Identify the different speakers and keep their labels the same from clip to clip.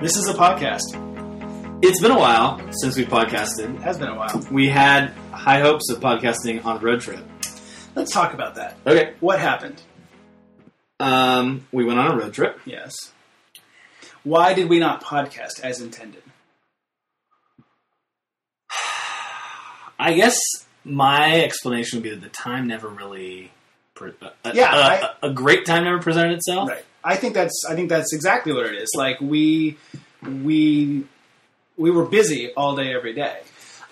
Speaker 1: This is a podcast.
Speaker 2: It's been a while since we podcasted.
Speaker 1: It has been a while.
Speaker 2: We had high hopes of podcasting on a road trip.
Speaker 1: Let's talk about that.
Speaker 2: Okay.
Speaker 1: What happened?
Speaker 2: Um, we went on a road trip
Speaker 1: Yes. Why did we not podcast as intended?
Speaker 2: I guess my explanation would be that the time never really. Pre- a,
Speaker 1: Yeah,
Speaker 2: a,
Speaker 1: I-
Speaker 2: a great time never presented itself.
Speaker 1: Right. I think that's I think that's exactly what it is. Like we we we were busy all day every day.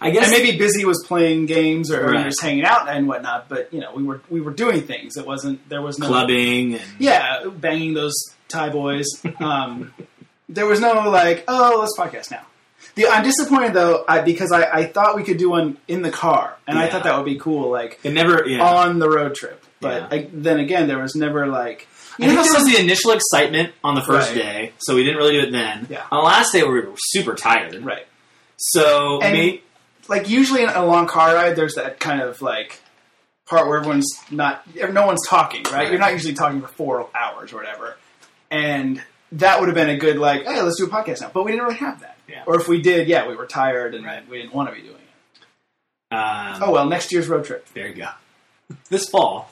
Speaker 2: I guess
Speaker 1: And maybe busy was playing games or
Speaker 2: Right.
Speaker 1: just hanging out and whatnot, but you know, we were we were doing things. It wasn't there was no
Speaker 2: clubbing and
Speaker 1: Yeah, banging those Thai boys. Um, there was no like, oh, let's podcast now. The, I'm disappointed though I, because I, I thought we could do one in the car, and I
Speaker 2: Yeah.
Speaker 1: thought that would be cool, like
Speaker 2: it never. Yeah,
Speaker 1: on the road trip. But
Speaker 2: Yeah.
Speaker 1: I, then again, there was never like you
Speaker 2: I
Speaker 1: know
Speaker 2: think
Speaker 1: how
Speaker 2: there
Speaker 1: some-
Speaker 2: was the initial excitement on the first
Speaker 1: Right.
Speaker 2: day, so we didn't really do it then.
Speaker 1: Yeah.
Speaker 2: On the last day, we were super tired.
Speaker 1: right.
Speaker 2: So
Speaker 1: And-
Speaker 2: me,
Speaker 1: Like usually in a long car ride, there's that kind of like part where everyone's not, no one's talking, right? You're not usually talking for four hours or whatever, and that would have been a good like, hey, let's do a podcast now. But we didn't really have that.
Speaker 2: Yeah.
Speaker 1: Or if we did, yeah, we were tired and we didn't want to be doing it.
Speaker 2: um,
Speaker 1: Oh well, next year's road trip.
Speaker 2: There you go. this fall.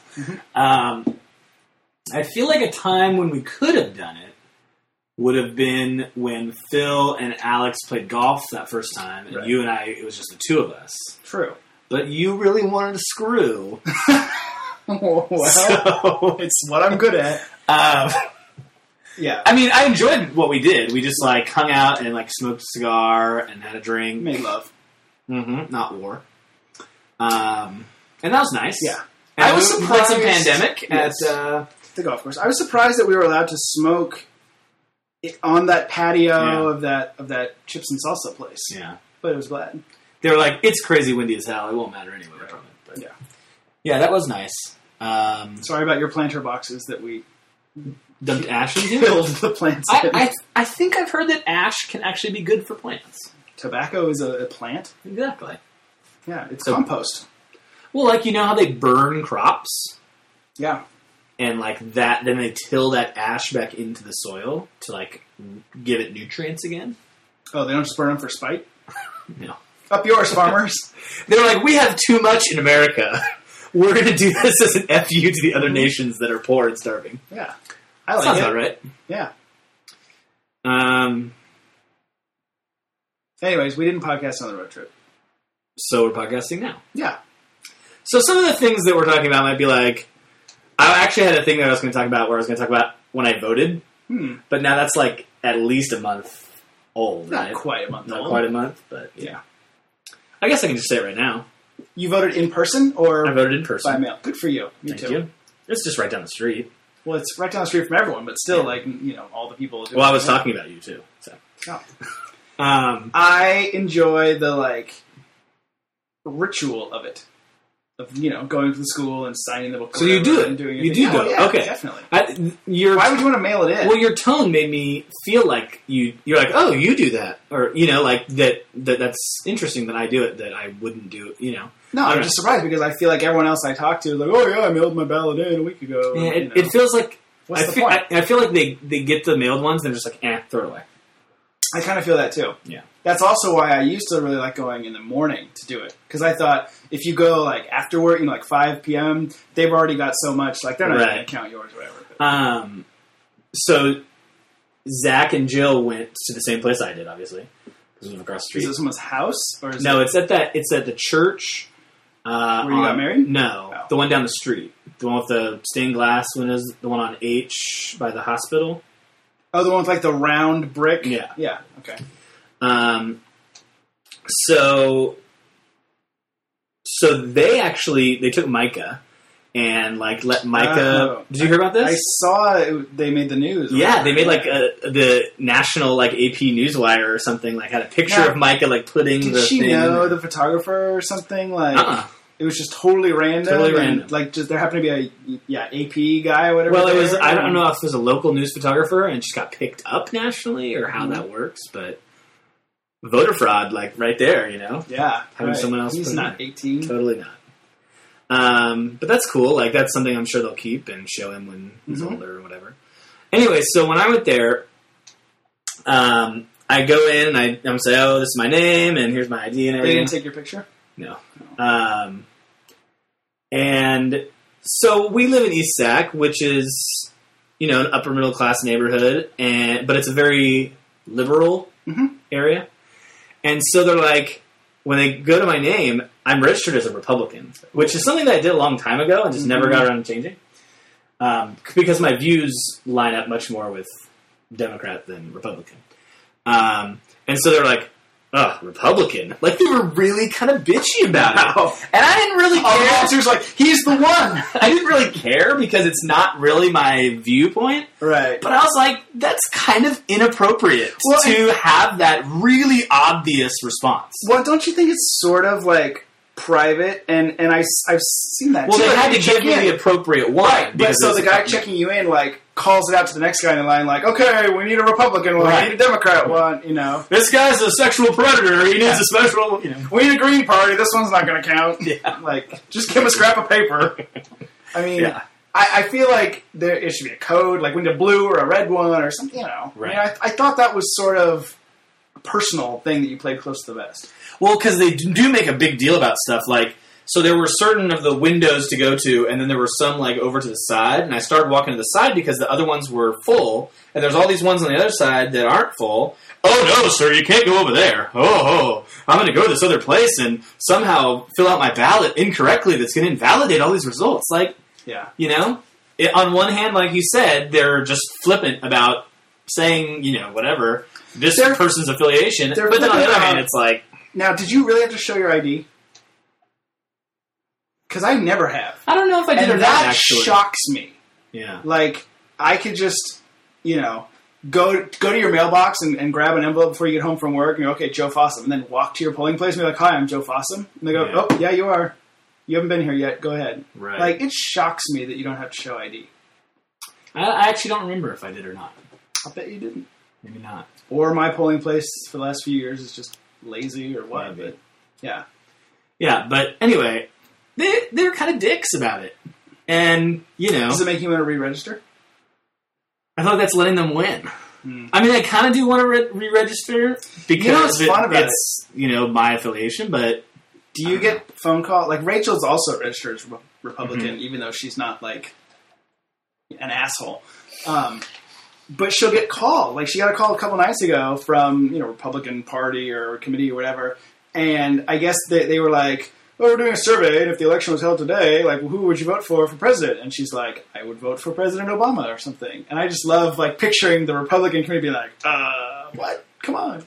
Speaker 2: Um, I feel like a time when we could have done it would have been when Phil and Alex played golf that first time, and
Speaker 1: Right.
Speaker 2: you and I, it was just the two of us.
Speaker 1: True.
Speaker 2: But you really wanted to screw.
Speaker 1: well,
Speaker 2: So,
Speaker 1: it's what I'm good at.
Speaker 2: um,
Speaker 1: Yeah.
Speaker 2: I mean, I enjoyed what we did. We just like hung out and like smoked a cigar and had a drink.
Speaker 1: Made love.
Speaker 2: hmm not war. Um, and that was nice.
Speaker 1: Yeah.
Speaker 2: And
Speaker 1: I was
Speaker 2: we played some
Speaker 1: surprised-
Speaker 2: pandemic
Speaker 1: Yes.
Speaker 2: at uh,
Speaker 1: The golf course. I was surprised that we were allowed to smoke i- on that patio
Speaker 2: Yeah.
Speaker 1: of that of that chips and salsa place.
Speaker 2: yeah.
Speaker 1: But it was glad.
Speaker 2: they were like, it's crazy windy as hell. It won't matter anyway.
Speaker 1: Right.
Speaker 2: From it. But
Speaker 1: Yeah.
Speaker 2: yeah, that was nice. Um,
Speaker 1: Sorry about your planter boxes that we
Speaker 2: dumped ash into.
Speaker 1: filled the plants in.
Speaker 2: I, I I think I've heard that ash can actually be good for plants.
Speaker 1: Tobacco is a, a plant.
Speaker 2: Exactly.
Speaker 1: Yeah, it's
Speaker 2: So-
Speaker 1: compost.
Speaker 2: Well, like you know how they burn crops
Speaker 1: Yeah.
Speaker 2: and like that, then they till that ash back into the soil to like give it nutrients again.
Speaker 1: Oh, they don't just burn them for spite.
Speaker 2: No.
Speaker 1: Up yours, farmers.
Speaker 2: They're like, we have too much in America. We're going to do this as an fu to the other nations that are poor and starving.
Speaker 1: yeah, I like
Speaker 2: Sounds
Speaker 1: it.
Speaker 2: about right.
Speaker 1: Yeah.
Speaker 2: Um,
Speaker 1: Anyways, we didn't podcast on the road trip.
Speaker 2: so we're podcasting now.
Speaker 1: Yeah.
Speaker 2: So some of the things that we're talking about might be like, I actually had a thing that I was going to talk about where I was going to talk about when I voted,
Speaker 1: Hmm.
Speaker 2: but now that's like at least a month old,
Speaker 1: Not
Speaker 2: right?
Speaker 1: quite a month
Speaker 2: Not
Speaker 1: old.
Speaker 2: quite a month, but yeah. I guess I can just say it right now.
Speaker 1: You voted in person or
Speaker 2: I voted in
Speaker 1: by
Speaker 2: person.
Speaker 1: mail? Good for you. Me
Speaker 2: Thank
Speaker 1: too.
Speaker 2: you. It's just right down the street.
Speaker 1: Well, it's right down the street from everyone, but still,
Speaker 2: Yeah.
Speaker 1: like you know, all the people. do
Speaker 2: Well, I
Speaker 1: it.
Speaker 2: was talking about you too. So,
Speaker 1: Oh.
Speaker 2: um,
Speaker 1: I enjoy the like ritual of it, of you know, going to the school and signing the book.
Speaker 2: So you do it.
Speaker 1: And doing your thing.
Speaker 2: You do
Speaker 1: Yeah,
Speaker 2: go.
Speaker 1: yeah,
Speaker 2: Okay.
Speaker 1: definitely.
Speaker 2: I, your
Speaker 1: Why would you want to mail it in?
Speaker 2: well, your tone made me feel like you. You're like, oh, you do that, or you know, like that. That that's interesting that I do it. That I wouldn't do. You know.
Speaker 1: no, I'm
Speaker 2: okay.
Speaker 1: just surprised because I feel like everyone else I talk to is like, oh yeah, I mailed my ballot in a week ago.
Speaker 2: Yeah,
Speaker 1: you
Speaker 2: it,
Speaker 1: know.
Speaker 2: it feels like
Speaker 1: What's
Speaker 2: I
Speaker 1: the
Speaker 2: feel,
Speaker 1: point?
Speaker 2: I, I feel like they, they get the mailed ones and they're just like, eh, throw it away.
Speaker 1: I kind of feel that too.
Speaker 2: Yeah.
Speaker 1: That's also why I used to really like going in the morning to do it because I thought if you go like after work, you know, like five p.m., they've already got so much. Like they're not going
Speaker 2: Right.
Speaker 1: to count yours or whatever. But,
Speaker 2: Um, so Zach and Jill went to the same place I did, obviously, because we live across the
Speaker 1: is
Speaker 2: street.
Speaker 1: it someone's house or is
Speaker 2: No,
Speaker 1: It,
Speaker 2: it's at that. It's at the church. Uh,
Speaker 1: Where you got
Speaker 2: on-
Speaker 1: married?
Speaker 2: No,
Speaker 1: Oh.
Speaker 2: the one down the street, the one with the stained glass windows, the one on H by the hospital.
Speaker 1: oh, the one with like the round brick.
Speaker 2: Yeah.
Speaker 1: yeah, okay.
Speaker 2: Um, so, so they actually they took Micah and like let Micah.
Speaker 1: Oh.
Speaker 2: did you hear about this?
Speaker 1: I saw it, they made the news. or whatever.
Speaker 2: Yeah, they made like a, the national like AP Newswire or something. Like had a picture
Speaker 1: Now,
Speaker 2: of Micah like putting
Speaker 1: Did
Speaker 2: the
Speaker 1: she
Speaker 2: thing.
Speaker 1: know the photographer or something? Like
Speaker 2: uh-uh.
Speaker 1: it was just totally random.
Speaker 2: Totally
Speaker 1: and,
Speaker 2: random.
Speaker 1: Like just there happened to be a yeah AP guy or whatever.
Speaker 2: Well, it was
Speaker 1: there,
Speaker 2: I don't
Speaker 1: and-
Speaker 2: know if it was a local news photographer and just got picked up nationally or how
Speaker 1: Mm-hmm.
Speaker 2: that works, but voter fraud like right there, you know,
Speaker 1: Yeah,
Speaker 2: Having someone else
Speaker 1: He's
Speaker 2: put it
Speaker 1: not
Speaker 2: in.
Speaker 1: eighteen.
Speaker 2: totally not. Um, but that's cool. Like that's something I'm sure they'll keep and show him when he's
Speaker 1: Mhm.
Speaker 2: older or whatever. Anyway, so when I went there, Um, I go in and I, I'm gonna say, oh, this is my name and here's my ID and
Speaker 1: They
Speaker 2: everything.
Speaker 1: didn't take your picture.
Speaker 2: No. Um, and so we live in East Sac, which is you know an upper middle class neighborhood, and but it's a very liberal
Speaker 1: Mhm.
Speaker 2: area. And so they're like, when they go to my name, I'm registered as a Republican, which is something that I did a long time ago and just never got around to changing. Um, c- because my views line up much more with Democrat than Republican. Um, and so they're like, oh, Republican. Like, they were really kind of bitchy about it.
Speaker 1: Wow. Oh.
Speaker 2: And I didn't really
Speaker 1: Our
Speaker 2: care.
Speaker 1: officer's like, he's the one.
Speaker 2: I didn't really care because it's not really my viewpoint.
Speaker 1: Right.
Speaker 2: But I was like, that's kind of inappropriate
Speaker 1: Well,
Speaker 2: to have that really obvious response.
Speaker 1: Well, don't you think it's sort of like private? And and I have seen that.
Speaker 2: Well,
Speaker 1: too.
Speaker 2: they had to
Speaker 1: check
Speaker 2: give me
Speaker 1: in.
Speaker 2: the appropriate one.
Speaker 1: Right, but
Speaker 2: because
Speaker 1: so
Speaker 2: it's-
Speaker 1: the guy checking you in like calls it out to the next guy in the line, like, okay, we need a Republican one,
Speaker 2: Right.
Speaker 1: we need a Democrat one, you know,
Speaker 2: This guy's a sexual predator. He needs a special. You know.
Speaker 1: we need a Green Party. This one's not going to count.
Speaker 2: Yeah.
Speaker 1: Like, just give him a scrap of paper. I mean,
Speaker 2: Yeah.
Speaker 1: I, I feel like there it should be a code, like we need a blue or a red one or something. You know,
Speaker 2: Right.
Speaker 1: I, mean, I, I thought that was sort of a personal thing that you played close to the vest.
Speaker 2: Well, because they do make a big deal about stuff like. So there were certain of the windows to go to, and then there were some like over to the side. And I started walking to the side because the other ones were full, and there's all these ones on the other side that aren't full. Oh no, sir, you can't go over there. Oh, oh I'm going to go to this other place and somehow fill out my ballot incorrectly. That's going to invalidate all these results. Like,
Speaker 1: Yeah,
Speaker 2: You know, it, on one hand, like you said, they're just flippant about saying, you know, whatever this
Speaker 1: They're-
Speaker 2: person's affiliation.
Speaker 1: they're
Speaker 2: But then on the
Speaker 1: flippant
Speaker 2: other
Speaker 1: about-
Speaker 2: hand, it's like
Speaker 1: Now, did you really have to show your ID? Because I never have,
Speaker 2: I don't know if I did or
Speaker 1: and
Speaker 2: not.
Speaker 1: that
Speaker 2: Actually,
Speaker 1: shocks me.
Speaker 2: yeah,
Speaker 1: Like, I could just, you know, go go to your mailbox and, and grab an envelope before you get home from work, and go, okay, Joe Fossum, and then walk to your polling place and be like, hi, I'm Joe Fossum, and they go,
Speaker 2: Yeah.
Speaker 1: oh, yeah, you are. You haven't been here yet. Go ahead.
Speaker 2: right.
Speaker 1: Like, it shocks me that you don't have to show ID.
Speaker 2: I, I actually don't remember if I did or not.
Speaker 1: I bet you didn't.
Speaker 2: Maybe not.
Speaker 1: Or my polling place for the last few years is just lazy or what.
Speaker 2: Maybe.
Speaker 1: But yeah,
Speaker 2: Yeah, but anyway, they they were kind of dicks about it, and you know,
Speaker 1: does it make you want to re-register?
Speaker 2: I thought that's letting them win.
Speaker 1: Hmm.
Speaker 2: I mean, I kind of do want to re- re-register because
Speaker 1: what's fun about
Speaker 2: it's you know my affiliation, but
Speaker 1: Do you
Speaker 2: Uh-huh.
Speaker 1: get phone call? Like Rachel's also registered as Re- Republican,
Speaker 2: Mm-hmm.
Speaker 1: even though she's not like an asshole. Um, but she'll get called. Like she got a call a couple nights ago from you know Republican Party or committee or whatever, and I guess they, they were like, "Oh, we're doing a survey, and if the election was held today, like who would you vote for for president?" And she's like, "I would vote for President Obama or something." And I just love like picturing the Republican committee being like, "Uh, what? Come on,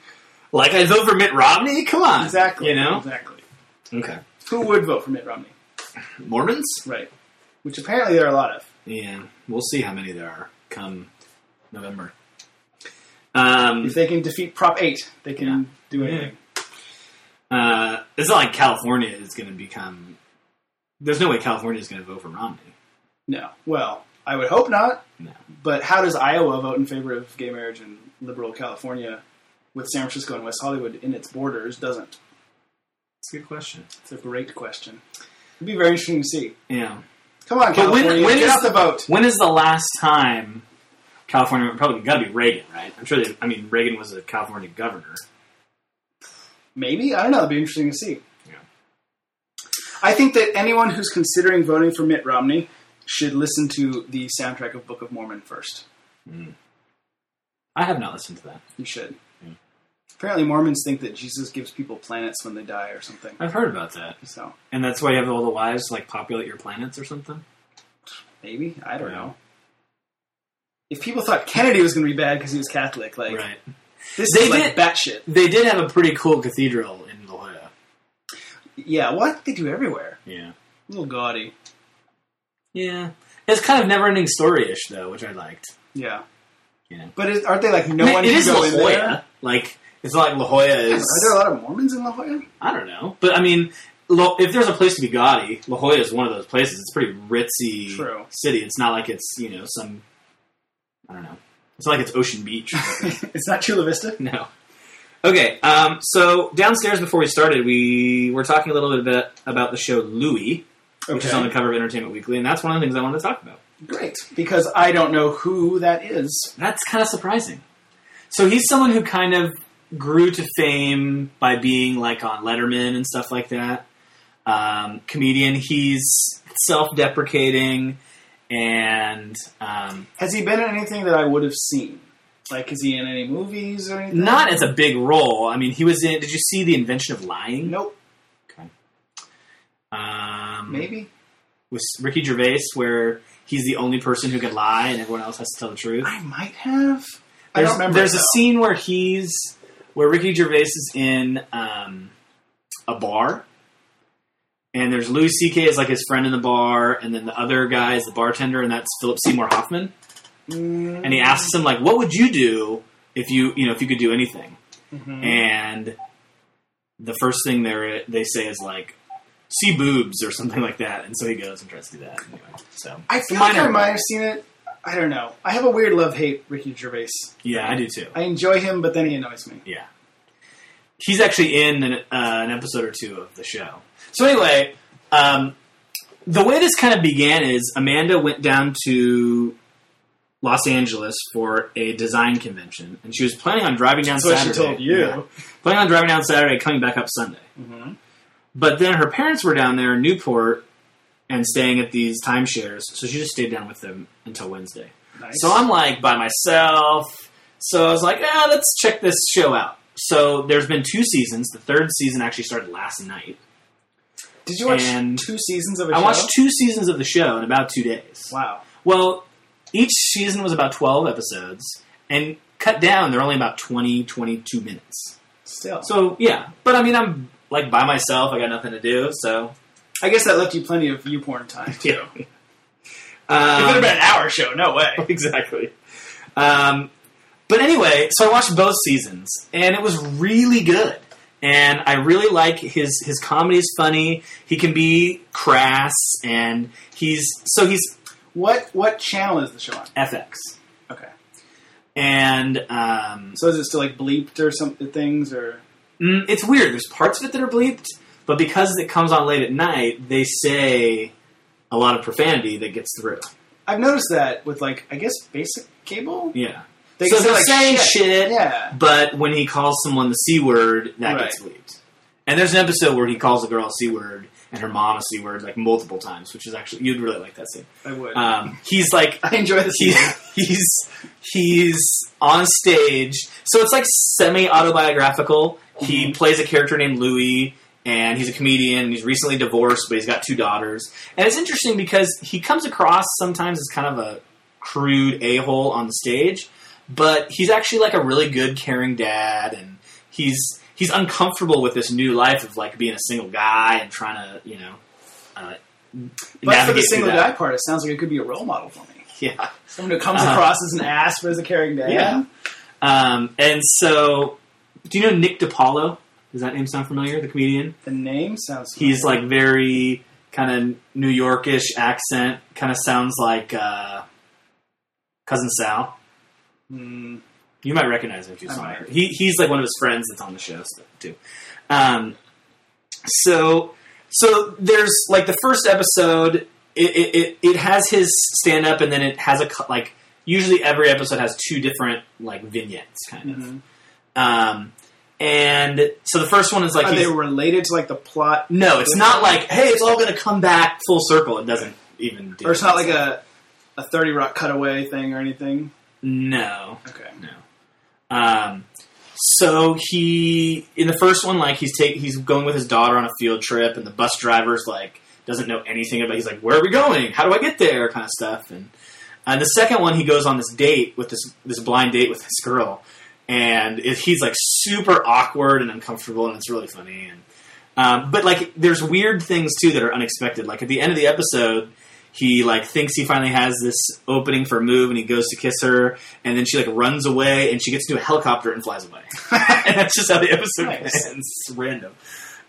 Speaker 2: like I vote for Mitt Romney. Come on,
Speaker 1: exactly,
Speaker 2: You know,
Speaker 1: exactly."
Speaker 2: Okay.
Speaker 1: Who would vote for Mitt Romney?
Speaker 2: Mormons?
Speaker 1: Right. Which apparently there are a lot of.
Speaker 2: Yeah. We'll see how many there are come November. Um,
Speaker 1: If they can defeat Prop 8, they can
Speaker 2: Yeah.
Speaker 1: do anything.
Speaker 2: uh, it's not like California is going to become. There's no way California is going to vote for Romney.
Speaker 1: No. Well, I would hope not.
Speaker 2: No.
Speaker 1: But how does Iowa vote in favor of gay marriage in liberal California with San Francisco and West Hollywood in its borders? Doesn't.
Speaker 2: It's a good question.
Speaker 1: It's a great question. It'd be very interesting to see.
Speaker 2: Yeah.
Speaker 1: Come on,
Speaker 2: But when-
Speaker 1: California,
Speaker 2: when
Speaker 1: get
Speaker 2: is-
Speaker 1: out the vote.
Speaker 2: When is the last time California went Republican? Got to be Reagan, right? I'm sure. They, I mean, Reagan was a California governor.
Speaker 1: Maybe? I don't know. It'd be interesting to see.
Speaker 2: Yeah.
Speaker 1: I think that anyone who's considering voting for Mitt Romney should listen to the soundtrack of Book of Mormon first.
Speaker 2: I have not listened to that.
Speaker 1: You should.
Speaker 2: Yeah.
Speaker 1: Apparently, Mormons think that Jesus gives people planets when they die or something.
Speaker 2: I've heard about that,
Speaker 1: So
Speaker 2: and that's why you have all the wives like populate your planets or something.
Speaker 1: maybe I don't
Speaker 2: Yeah.
Speaker 1: know. If people thought Kennedy was going to be bad because he was Catholic, like
Speaker 2: Right.
Speaker 1: this
Speaker 2: They
Speaker 1: is like
Speaker 2: did-
Speaker 1: batshit.
Speaker 2: They did have a pretty cool cathedral in La Jolla.
Speaker 1: Yeah, what they do everywhere.
Speaker 2: Yeah.
Speaker 1: A little gaudy.
Speaker 2: Yeah. It's kind of never ending story ish though, which I liked.
Speaker 1: Yeah.
Speaker 2: Yeah.
Speaker 1: But is, aren't they like no
Speaker 2: I mean,
Speaker 1: one?
Speaker 2: it
Speaker 1: can
Speaker 2: is
Speaker 1: go
Speaker 2: La
Speaker 1: in
Speaker 2: Jolla.
Speaker 1: there?
Speaker 2: Like it's not like La Jolla
Speaker 1: Are
Speaker 2: is
Speaker 1: there a lot of Mormons in La Jolla?
Speaker 2: I don't know. But I mean La- if there's a place to be gaudy, La Jolla is one of those places. It's a pretty ritzy
Speaker 1: True.
Speaker 2: city. It's not like it's, you know, some I don't know. It's not like it's Ocean Beach.
Speaker 1: it's not Chula Vista.
Speaker 2: no. Okay, um, so downstairs before we started, we were talking a little bit about, about the show Louie, which is on the cover of Entertainment Weekly, and that's one of the things I wanted to talk about.
Speaker 1: Great, because I don't know who that is.
Speaker 2: That's kind of surprising. So he's someone who kind of grew to fame by being like on Letterman and stuff like that. Um, comedian. He's self-deprecating and um,
Speaker 1: Has he been in anything that I would have seen? Like, is he in any movies or anything?
Speaker 2: not as a big role. I mean, he was in. Did you see the invention of lying?
Speaker 1: Nope.
Speaker 2: Um,
Speaker 1: Maybe.
Speaker 2: with Ricky Gervais, where he's the only person who can lie and everyone else has to tell the truth.
Speaker 1: I might have. I
Speaker 2: There's,
Speaker 1: don't remember.
Speaker 2: there's
Speaker 1: though.
Speaker 2: a scene where he's where Ricky Gervais is in um, a bar, and there's Louis C.K. is like his friend in the bar, and then the other guy is the bartender, and that's Philip Seymour Hoffman.
Speaker 1: Mm,
Speaker 2: And he asks him like, "What would you do if you you know if you could do anything?"
Speaker 1: mhm.
Speaker 2: And the first thing they they say is like, "See boobs" or something like that. And so he goes and tries to do that. Anyway, so
Speaker 1: I
Speaker 2: it's a
Speaker 1: feel like I
Speaker 2: minor
Speaker 1: might
Speaker 2: role.
Speaker 1: have seen it. I don't know. I have a weird love hate Ricky Gervais.
Speaker 2: Yeah, I do too.
Speaker 1: I enjoy him, but then he annoys me.
Speaker 2: Yeah. He's actually in an, uh, an episode or two of the show. So, anyway, um, the way this kind of began is Amanda went down to Los Angeles for a design convention, and she was planning on driving down
Speaker 1: That's what she
Speaker 2: Saturday.
Speaker 1: told you.
Speaker 2: Yeah. Planning on driving down Saturday, coming back up Sunday.
Speaker 1: hmm
Speaker 2: But then her parents were down there in Newport and staying at these timeshares, so she just stayed down with them until Wednesday.
Speaker 1: Nice.
Speaker 2: So I'm like by myself. So I was like, ah, let's check this show out. So there's been two seasons. The third season actually started last night.
Speaker 1: Did you watch
Speaker 2: and-
Speaker 1: two seasons of a
Speaker 2: I
Speaker 1: show?
Speaker 2: watched two seasons of the show in about two days.
Speaker 1: Wow.
Speaker 2: Well, each season was about 12 episodes, and cut down, they're only about 20, 22 minutes.
Speaker 1: Still. So
Speaker 2: So yeah, but I mean, I'm like by myself. I got nothing to do. So
Speaker 1: I guess that left you plenty of view porn time. Too.
Speaker 2: yeah. um,
Speaker 1: it could have been an hour show. No way.
Speaker 2: exactly. Um, but anyway, so I watched both seasons, and it was really good. And I really like his his comedy is funny. He can be crass, and he's so he's
Speaker 1: What what channel is the show on?
Speaker 2: FX,
Speaker 1: Okay.
Speaker 2: and um,
Speaker 1: So is it still like bleeped or something things or
Speaker 2: mm, it's weird. There's parts of it that are bleeped, but because it comes on late at night, they say a lot of profanity that gets through.
Speaker 1: I've noticed that with like I guess basic cable.
Speaker 2: Yeah.
Speaker 1: They
Speaker 2: so
Speaker 1: say,
Speaker 2: they're
Speaker 1: like,
Speaker 2: saying
Speaker 1: shit.
Speaker 2: shit,
Speaker 1: Yeah.
Speaker 2: But when he calls someone the C word, that
Speaker 1: Right.
Speaker 2: gets bleeped. And there's an episode where he calls a girl a C word and her mom a C word like multiple times, which is actually, you'd really like that scene.
Speaker 1: I would.
Speaker 2: Um, he's like,
Speaker 1: I enjoy the
Speaker 2: he's,
Speaker 1: season.
Speaker 2: he's, he's on stage. So it's like semi autobiographical.
Speaker 1: Mm-hmm.
Speaker 2: He plays a character named Louis. And he's a comedian. He's recently divorced, but he's got two daughters. And it's interesting because he comes across sometimes as kind of a crude a hole on the stage, but he's actually like a really good, caring dad, and he's he's uncomfortable with this new life of like being a single guy and trying to you know. Uh,
Speaker 1: But for the
Speaker 2: navigate through
Speaker 1: single guy
Speaker 2: that.
Speaker 1: part, it sounds like it could be a role model for me.
Speaker 2: yeah.
Speaker 1: Someone who comes
Speaker 2: Uh-huh.
Speaker 1: across as an ass but is a caring dad.
Speaker 2: Yeah. Um, and so, do you know Nick DiPaolo? Does that name sound familiar? The comedian.
Speaker 1: The name sounds.
Speaker 2: He's
Speaker 1: familiar.
Speaker 2: like very kind of New Yorkish accent. Kind of sounds like uh, cousin Sal.
Speaker 1: Mm,
Speaker 2: You might recognize him if you
Speaker 1: I
Speaker 2: saw him.
Speaker 1: might.
Speaker 2: He, he's like one of his friends that's on the show so- too. Um, so so there's like the first episode. It it, it, it has his stand up, and then it has a cu- like usually every episode has two different like vignettes kind of.
Speaker 1: mhm.
Speaker 2: Um, and so the first one is like
Speaker 1: Are
Speaker 2: he's-
Speaker 1: they related to like the plot,
Speaker 2: no, it's not like hey, it's all going to come back full circle. It doesn't even. Do
Speaker 1: or it's not
Speaker 2: that.
Speaker 1: like a a Thirty Rock cutaway thing or anything?
Speaker 2: no.
Speaker 1: Okay.
Speaker 2: Um, so he in the first one, like he's take he's going with his daughter on a field trip, and the bus driver's like doesn't know anything about. He's like, "Where are we going? How do I get there?" Kind of stuff. And and the second one, he goes on this date with this this blind date with this girl, and it, he's like super awkward and uncomfortable, and it's really funny. And um, but like, there's weird things too that are unexpected. Like at the end of the episode, he like thinks he finally has this opening for a move, and he goes to kiss her, and then she like runs away, and she gets into a helicopter and flies away. and that's just how the episode
Speaker 1: Nice.
Speaker 2: ends. It's random.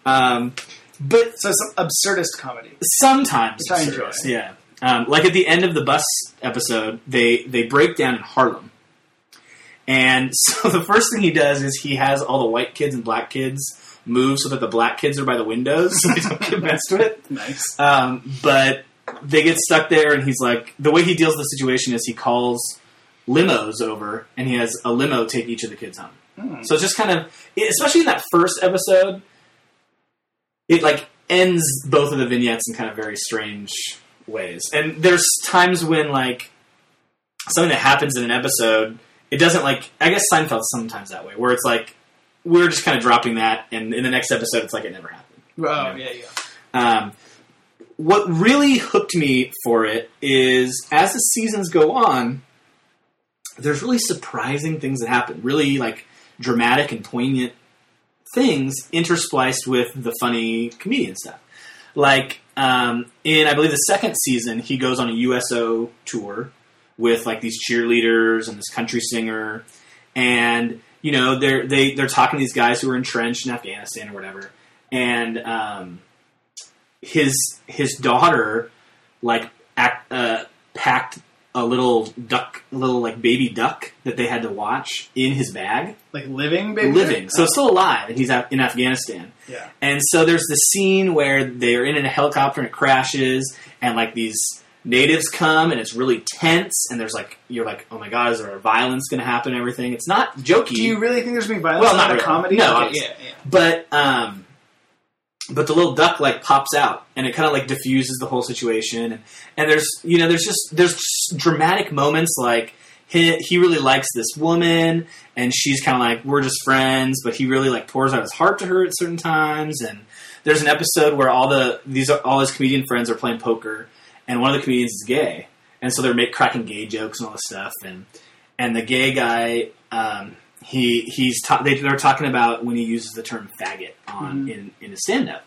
Speaker 2: Um, but
Speaker 1: So some absurdist comedy.
Speaker 2: sometimes
Speaker 1: Which I
Speaker 2: it's serious,
Speaker 1: enjoy.
Speaker 2: yeah um, like at the end of the bus episode they they break down in harlem and so the first thing he does is he has all the white kids and black kids move so that the black kids are by the windows so they don't get messed with
Speaker 1: Nice.
Speaker 2: um, but they get stuck there and he's like the way he deals with the situation is he calls limos over, and he has a limo take each of the kids home.
Speaker 1: Hmm.
Speaker 2: So it's just kind of, it- especially in that first episode, it like ends both of the vignettes in kind of very strange ways. And there's times when like something that happens in an episode, it doesn't like. I guess Seinfeld's sometimes that way, where it's like we're just kind of dropping that, and in the next episode, it's like it never happened.
Speaker 1: Oh, yeah, yeah.
Speaker 2: Um, what really hooked me for it is as the seasons go on, there's really surprising things that happen, really like dramatic and poignant things interspliced with the funny comedian stuff. Like um, in, I believe the second season, he goes on a USO tour with like these cheerleaders and this country singer, and you know they're they, they're talking to these guys who are entrenched in Afghanistan or whatever, and um, his his daughter like act, uh, packed a little duck, a little like baby duck that they had to watch in his bag,
Speaker 1: Like living, baby.
Speaker 2: living, so it's still alive, and he's out in Afghanistan.
Speaker 1: yeah.
Speaker 2: And so there's the scene where they're in a helicopter and it crashes, and like these natives come, and it's really tense, and there's like you're like, oh my god, is there violence going to happen? and Everything. It's not jokey,
Speaker 1: Do you really think there's going to be violence
Speaker 2: Well,
Speaker 1: in
Speaker 2: not
Speaker 1: a
Speaker 2: really.
Speaker 1: comedy?
Speaker 2: No,
Speaker 1: Okay,
Speaker 2: obviously.
Speaker 1: yeah, yeah.
Speaker 2: but um, but the little duck like pops out, and it kind of like diffuses the whole situation. And, and there's you know there's just there's just dramatic moments like. He, he really likes this woman and she's kind of like we're just friends but he really like pours out his heart to her at certain times and there's an episode where all the these are, all his comedian friends are playing poker, and one of the comedians is gay, and so they're make, cracking gay jokes and all this stuff, and and the gay guy, um, he he's ta- they, they're talking about when he uses the term faggot on in in his stand up,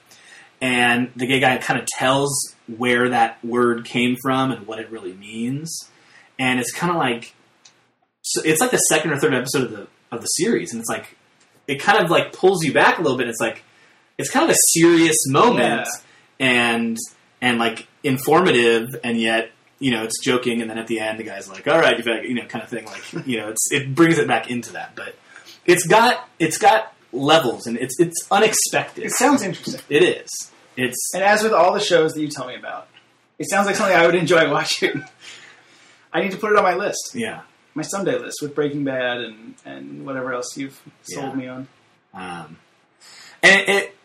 Speaker 2: and the gay guy kind of tells where that word came from and what it really means, and it's kind of like so it's like the second or third episode of the of the series, and it's like it kind of like pulls you back a little bit. It's like it's kind of a serious moment and and like informative, and yet you know it's joking, and then at the end the guy's like, "All right, you fag-" you know," kind of thing. Like you know, it's it brings it back into that, but it's got it's got levels, and it's it's unexpected.
Speaker 1: It sounds interesting.
Speaker 2: It is. It's
Speaker 1: And as with all the shows that you tell me about, it sounds like something I would enjoy watching. I need to put it on my list,
Speaker 2: yeah.
Speaker 1: my someday list with Breaking Bad and, and whatever else you've sold
Speaker 2: Yeah.
Speaker 1: me on.
Speaker 2: Um, and it,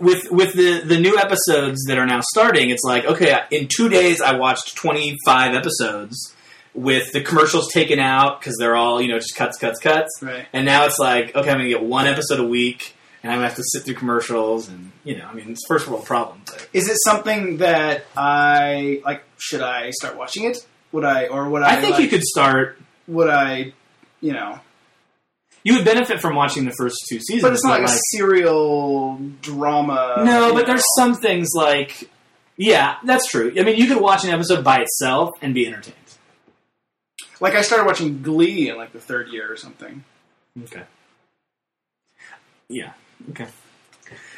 Speaker 2: with with the the new episodes that are now starting, it's like okay, in two days I watched twenty five episodes with the commercials taken out because they're all you know just cuts, cuts, cuts.
Speaker 1: Right.
Speaker 2: And now it's like okay, I'm gonna get one episode a week, and I'm gonna have to sit through commercials, and you know, I mean, it's a first world problem. But
Speaker 1: Is it something that I like? Should I start watching it? Would I or would I?
Speaker 2: I think
Speaker 1: like,
Speaker 2: you could start.
Speaker 1: Would I? You know,
Speaker 2: You would benefit from watching the first two seasons,
Speaker 1: but it's not like a
Speaker 2: like-
Speaker 1: serial drama.
Speaker 2: No,
Speaker 1: you
Speaker 2: but
Speaker 1: know.
Speaker 2: there's some things like, yeah, that's true. I mean, you could watch an episode by itself and be entertained.
Speaker 1: like I started watching Glee in like the third year or something.
Speaker 2: Okay. Yeah. Okay.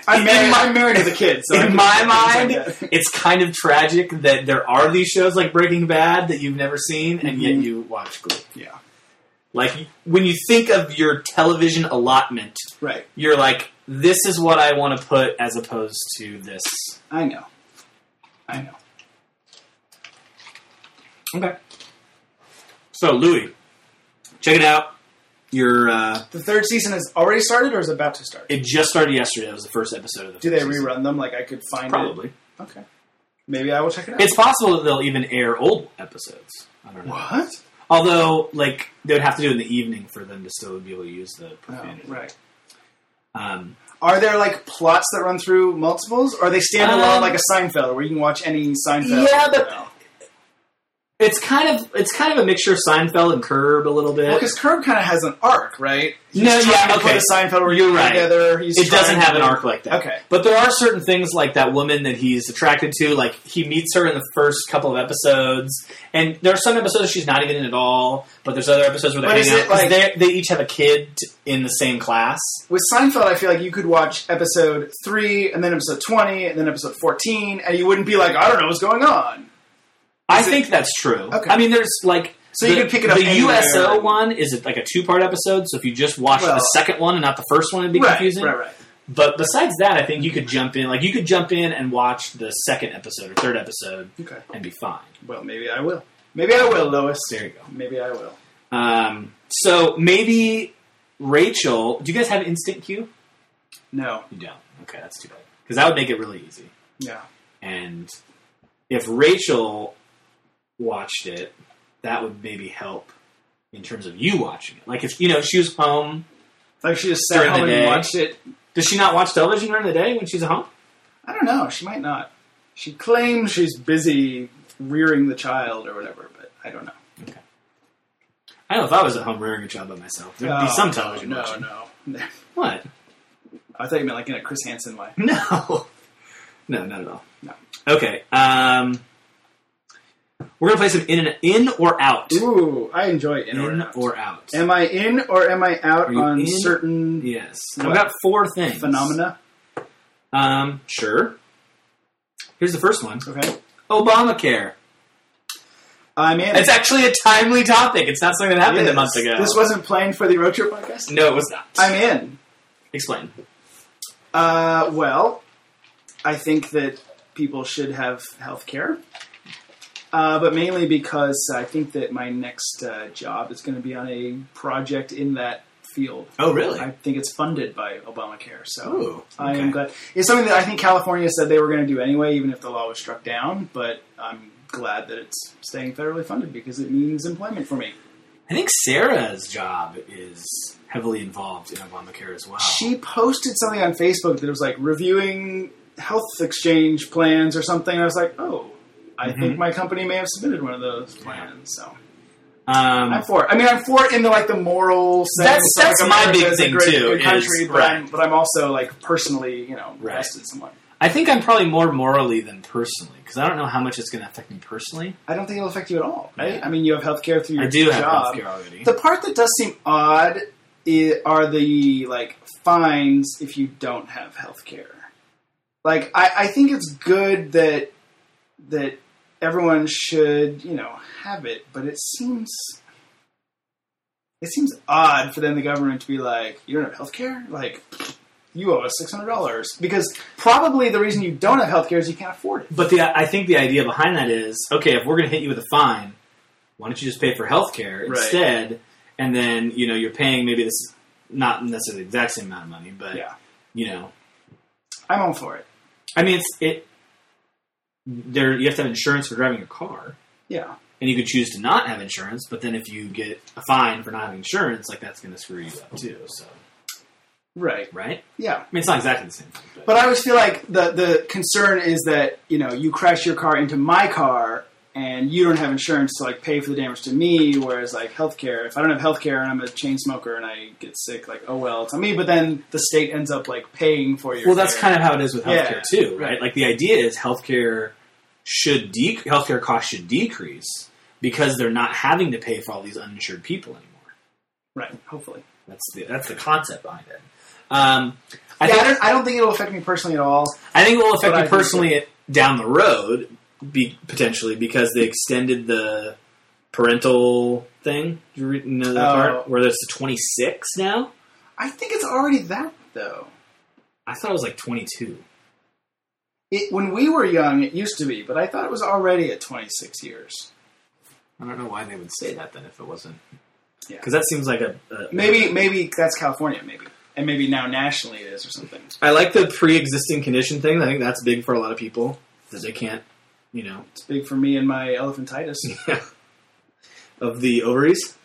Speaker 1: I'm
Speaker 2: In
Speaker 1: married.
Speaker 2: my-
Speaker 1: I'm married with a kid, so I
Speaker 2: In
Speaker 1: can-
Speaker 2: my
Speaker 1: things
Speaker 2: mind,
Speaker 1: like that.
Speaker 2: it's kind of tragic that there are these shows like Breaking Bad that you've never seen, and yet
Speaker 1: Mhm.
Speaker 2: you watch Glee.
Speaker 1: yeah,
Speaker 2: Like when you think of your television allotment,
Speaker 1: right.
Speaker 2: you're like, "This is what I want to put," as opposed to this.
Speaker 1: I know. I know.
Speaker 2: Okay. So Louis, check it out. Your uh,
Speaker 1: The third season has already started or is about to start.
Speaker 2: it just started yesterday. It was the first episode of the
Speaker 1: Do they
Speaker 2: first season.
Speaker 1: rerun them? Like I could find it.
Speaker 2: Probably.
Speaker 1: Okay. Maybe I will check it out.
Speaker 2: It's possible that they'll even air old episodes. I don't know.
Speaker 1: what?
Speaker 2: Although, like, they would have to do it in the evening for them to still be able to use the
Speaker 1: Oh,
Speaker 2: profanity.
Speaker 1: right.
Speaker 2: Um,
Speaker 1: Are there like plots that run through multiples? Or are they standalone
Speaker 2: Um,
Speaker 1: like a Seinfeld where you can watch any Seinfeld?
Speaker 2: Yeah, but- it's kind of it's kind of a mixture of Seinfeld and Curb a little bit.
Speaker 1: because Curb kind of has an arc, right? He's
Speaker 2: No,
Speaker 1: trying
Speaker 2: yeah,
Speaker 1: to put
Speaker 2: okay.
Speaker 1: a Seinfeld where
Speaker 2: You're right.
Speaker 1: together. He's
Speaker 2: it doesn't
Speaker 1: trying
Speaker 2: have
Speaker 1: to-
Speaker 2: an arc like that.
Speaker 1: Okay.
Speaker 2: But there are certain things like that woman that he's attracted to. Like he meets her in the first couple of episodes, and there are some episodes she's not even in at all. But there's other episodes where they
Speaker 1: But
Speaker 2: hang
Speaker 1: is
Speaker 2: out
Speaker 1: it
Speaker 2: 'cause
Speaker 1: like-
Speaker 2: they they each have a kid t- in the same class.
Speaker 1: With Seinfeld, I feel like you could watch episode three, and then episode twenty, and then episode fourteen, and you wouldn't be like, I don't know what's going on.
Speaker 2: I
Speaker 1: it-
Speaker 2: think that's true.
Speaker 1: Okay.
Speaker 2: I mean, there's like
Speaker 1: So you
Speaker 2: the,
Speaker 1: could pick it up
Speaker 2: The
Speaker 1: anywhere.
Speaker 2: USO one is like a two part episode, so if you just watch
Speaker 1: Well-
Speaker 2: the second one and not the first one, it'd be
Speaker 1: right,
Speaker 2: confusing.
Speaker 1: right, right.
Speaker 2: But besides that, I think you could jump in. Like you could jump in and watch the second episode or third episode
Speaker 1: Okay.
Speaker 2: and be fine.
Speaker 1: Well, maybe I will. Maybe I will, Lois.
Speaker 2: There you go.
Speaker 1: Maybe I will.
Speaker 2: Um, so maybe Rachel. Do you guys have instant queue?
Speaker 1: No.
Speaker 2: You don't. Okay, that's too bad. Because that would make it really easy.
Speaker 1: Yeah.
Speaker 2: And if Rachel watched it, that would maybe help in terms of you watching it. Like if you know she was home,
Speaker 1: Like she just
Speaker 2: During
Speaker 1: sat
Speaker 2: the
Speaker 1: home and
Speaker 2: day.
Speaker 1: watched it.
Speaker 2: does she not watch television during the day when she's at home?
Speaker 1: I don't know. She might not. She claims she's busy rearing the child or whatever, but I don't know.
Speaker 2: I don't know if I was at home rearing a child by myself. There'd be
Speaker 1: No,
Speaker 2: some television
Speaker 1: No,
Speaker 2: watching.
Speaker 1: no.
Speaker 2: What?
Speaker 1: I thought you meant like in a Chris Hansen way.
Speaker 2: No. No, not at all.
Speaker 1: No.
Speaker 2: Okay. Um, we're gonna play some in and in or out.
Speaker 1: Ooh, I enjoy in, or
Speaker 2: in
Speaker 1: out.
Speaker 2: or out.
Speaker 1: Am I in or am I out
Speaker 2: Are you
Speaker 1: on
Speaker 2: in?
Speaker 1: certain
Speaker 2: yes.
Speaker 1: What?
Speaker 2: I've got four things.
Speaker 1: phenomena?
Speaker 2: Um, sure. Here's the first one.
Speaker 1: Okay.
Speaker 2: Obamacare.
Speaker 1: I'm in.
Speaker 2: It's actually a timely topic. It's not something that happened
Speaker 1: Yes.
Speaker 2: a month ago.
Speaker 1: This wasn't planned for the road trip podcast.
Speaker 2: no, it was not.
Speaker 1: I'm in.
Speaker 2: Explain.
Speaker 1: Uh, well, I think that people should have health care, uh, but mainly because I think that my next uh, job is going to be on a project in that field.
Speaker 2: Oh, really?
Speaker 1: I think it's funded by Obamacare, so
Speaker 2: Ooh,
Speaker 1: I
Speaker 2: okay.
Speaker 1: am glad. It's something that I think California said they were going to do anyway, even if the law was struck down. But I'm glad that it's staying federally funded because it means employment for me.
Speaker 2: I think Sarah's job is heavily involved in Obamacare as well.
Speaker 1: she posted something on Facebook that was like reviewing health exchange plans or something. I was like, oh, I
Speaker 2: Mm-hmm.
Speaker 1: think my company may have submitted one of those plans. So I'm
Speaker 2: Um,
Speaker 1: for it. I mean, I'm for it in the like the moral sense.
Speaker 2: That's-
Speaker 1: of,
Speaker 2: that's
Speaker 1: like,
Speaker 2: my
Speaker 1: America
Speaker 2: big
Speaker 1: is a
Speaker 2: thing,
Speaker 1: great,
Speaker 2: too,
Speaker 1: Good country,
Speaker 2: is-
Speaker 1: but, I'm,
Speaker 2: right.
Speaker 1: but I'm also like personally, you know,
Speaker 2: Right.
Speaker 1: invested somewhat.
Speaker 2: I think I'm probably more morally than personally because I don't know how much it's going to affect me personally.
Speaker 1: I don't think it'll affect you at all. Right?
Speaker 2: Yeah.
Speaker 1: I mean, you have healthcare through your
Speaker 2: I do have
Speaker 1: job.
Speaker 2: healthcare already.
Speaker 1: The part that does seem odd i are the like fines if you don't have health care. Like I, I think it's good that that everyone should you know have it, but it seems it seems odd for then the government to be like, you don't have health care, like. You owe us six hundred dollars because probably the reason you don't have health care is you can't afford it.
Speaker 2: But the I think the idea behind that is okay, if we're going to hit you with a fine, why don't you just pay for health care
Speaker 1: Right.
Speaker 2: instead? And then you know you're paying maybe this not necessarily the exact same amount of money, but
Speaker 1: Yeah.
Speaker 2: you know,
Speaker 1: I'm all for it.
Speaker 2: I mean it's it. There you have to have insurance for driving your car,
Speaker 1: Yeah,
Speaker 2: and you could choose to not have insurance. But then if you get a fine for not having insurance, like that's going to screw you up too. So
Speaker 1: right.
Speaker 2: right?
Speaker 1: Yeah.
Speaker 2: I mean it's not exactly the same thing, but,
Speaker 1: But I always feel like the the concern is that you know you crash your car into my car and you don't have insurance to like pay for the damage to me. Whereas like healthcare, if I don't have healthcare and I'm a chain smoker and I get sick, like oh well, it's on me. But then the state ends up like paying for your.
Speaker 2: well, that's kind of how it is with healthcare
Speaker 1: Yeah,
Speaker 2: too, right?
Speaker 1: right.
Speaker 2: Like the idea is healthcare should de- healthcare costs should decrease because they're not having to pay for all these uninsured people anymore.
Speaker 1: right. Hopefully,
Speaker 2: That's the that's the concept behind it. Um, I
Speaker 1: yeah, I
Speaker 2: think
Speaker 1: don't. I don't think it'll affect me personally at all.
Speaker 2: I think it will affect
Speaker 1: But I
Speaker 2: me
Speaker 1: think
Speaker 2: personally down the road, be, potentially because they extended the parental thing. Do you re- know that
Speaker 1: Oh.
Speaker 2: part where it's twenty six now?
Speaker 1: I think it's already that though.
Speaker 2: I thought it was like twenty two.
Speaker 1: It, when we were young, it used to be, but I thought it was already at 26 years.
Speaker 2: I don't know why they would say that then if it wasn't.
Speaker 1: Yeah.
Speaker 2: Because that seems like a, a
Speaker 1: Maybe, maybe that's California, maybe, and maybe now nationally it is or something.
Speaker 2: I like the pre-existing condition thing. I think that's big for a lot of people that they can't, you know,
Speaker 1: It's big for me and my elephantitis.
Speaker 2: of the ovaries.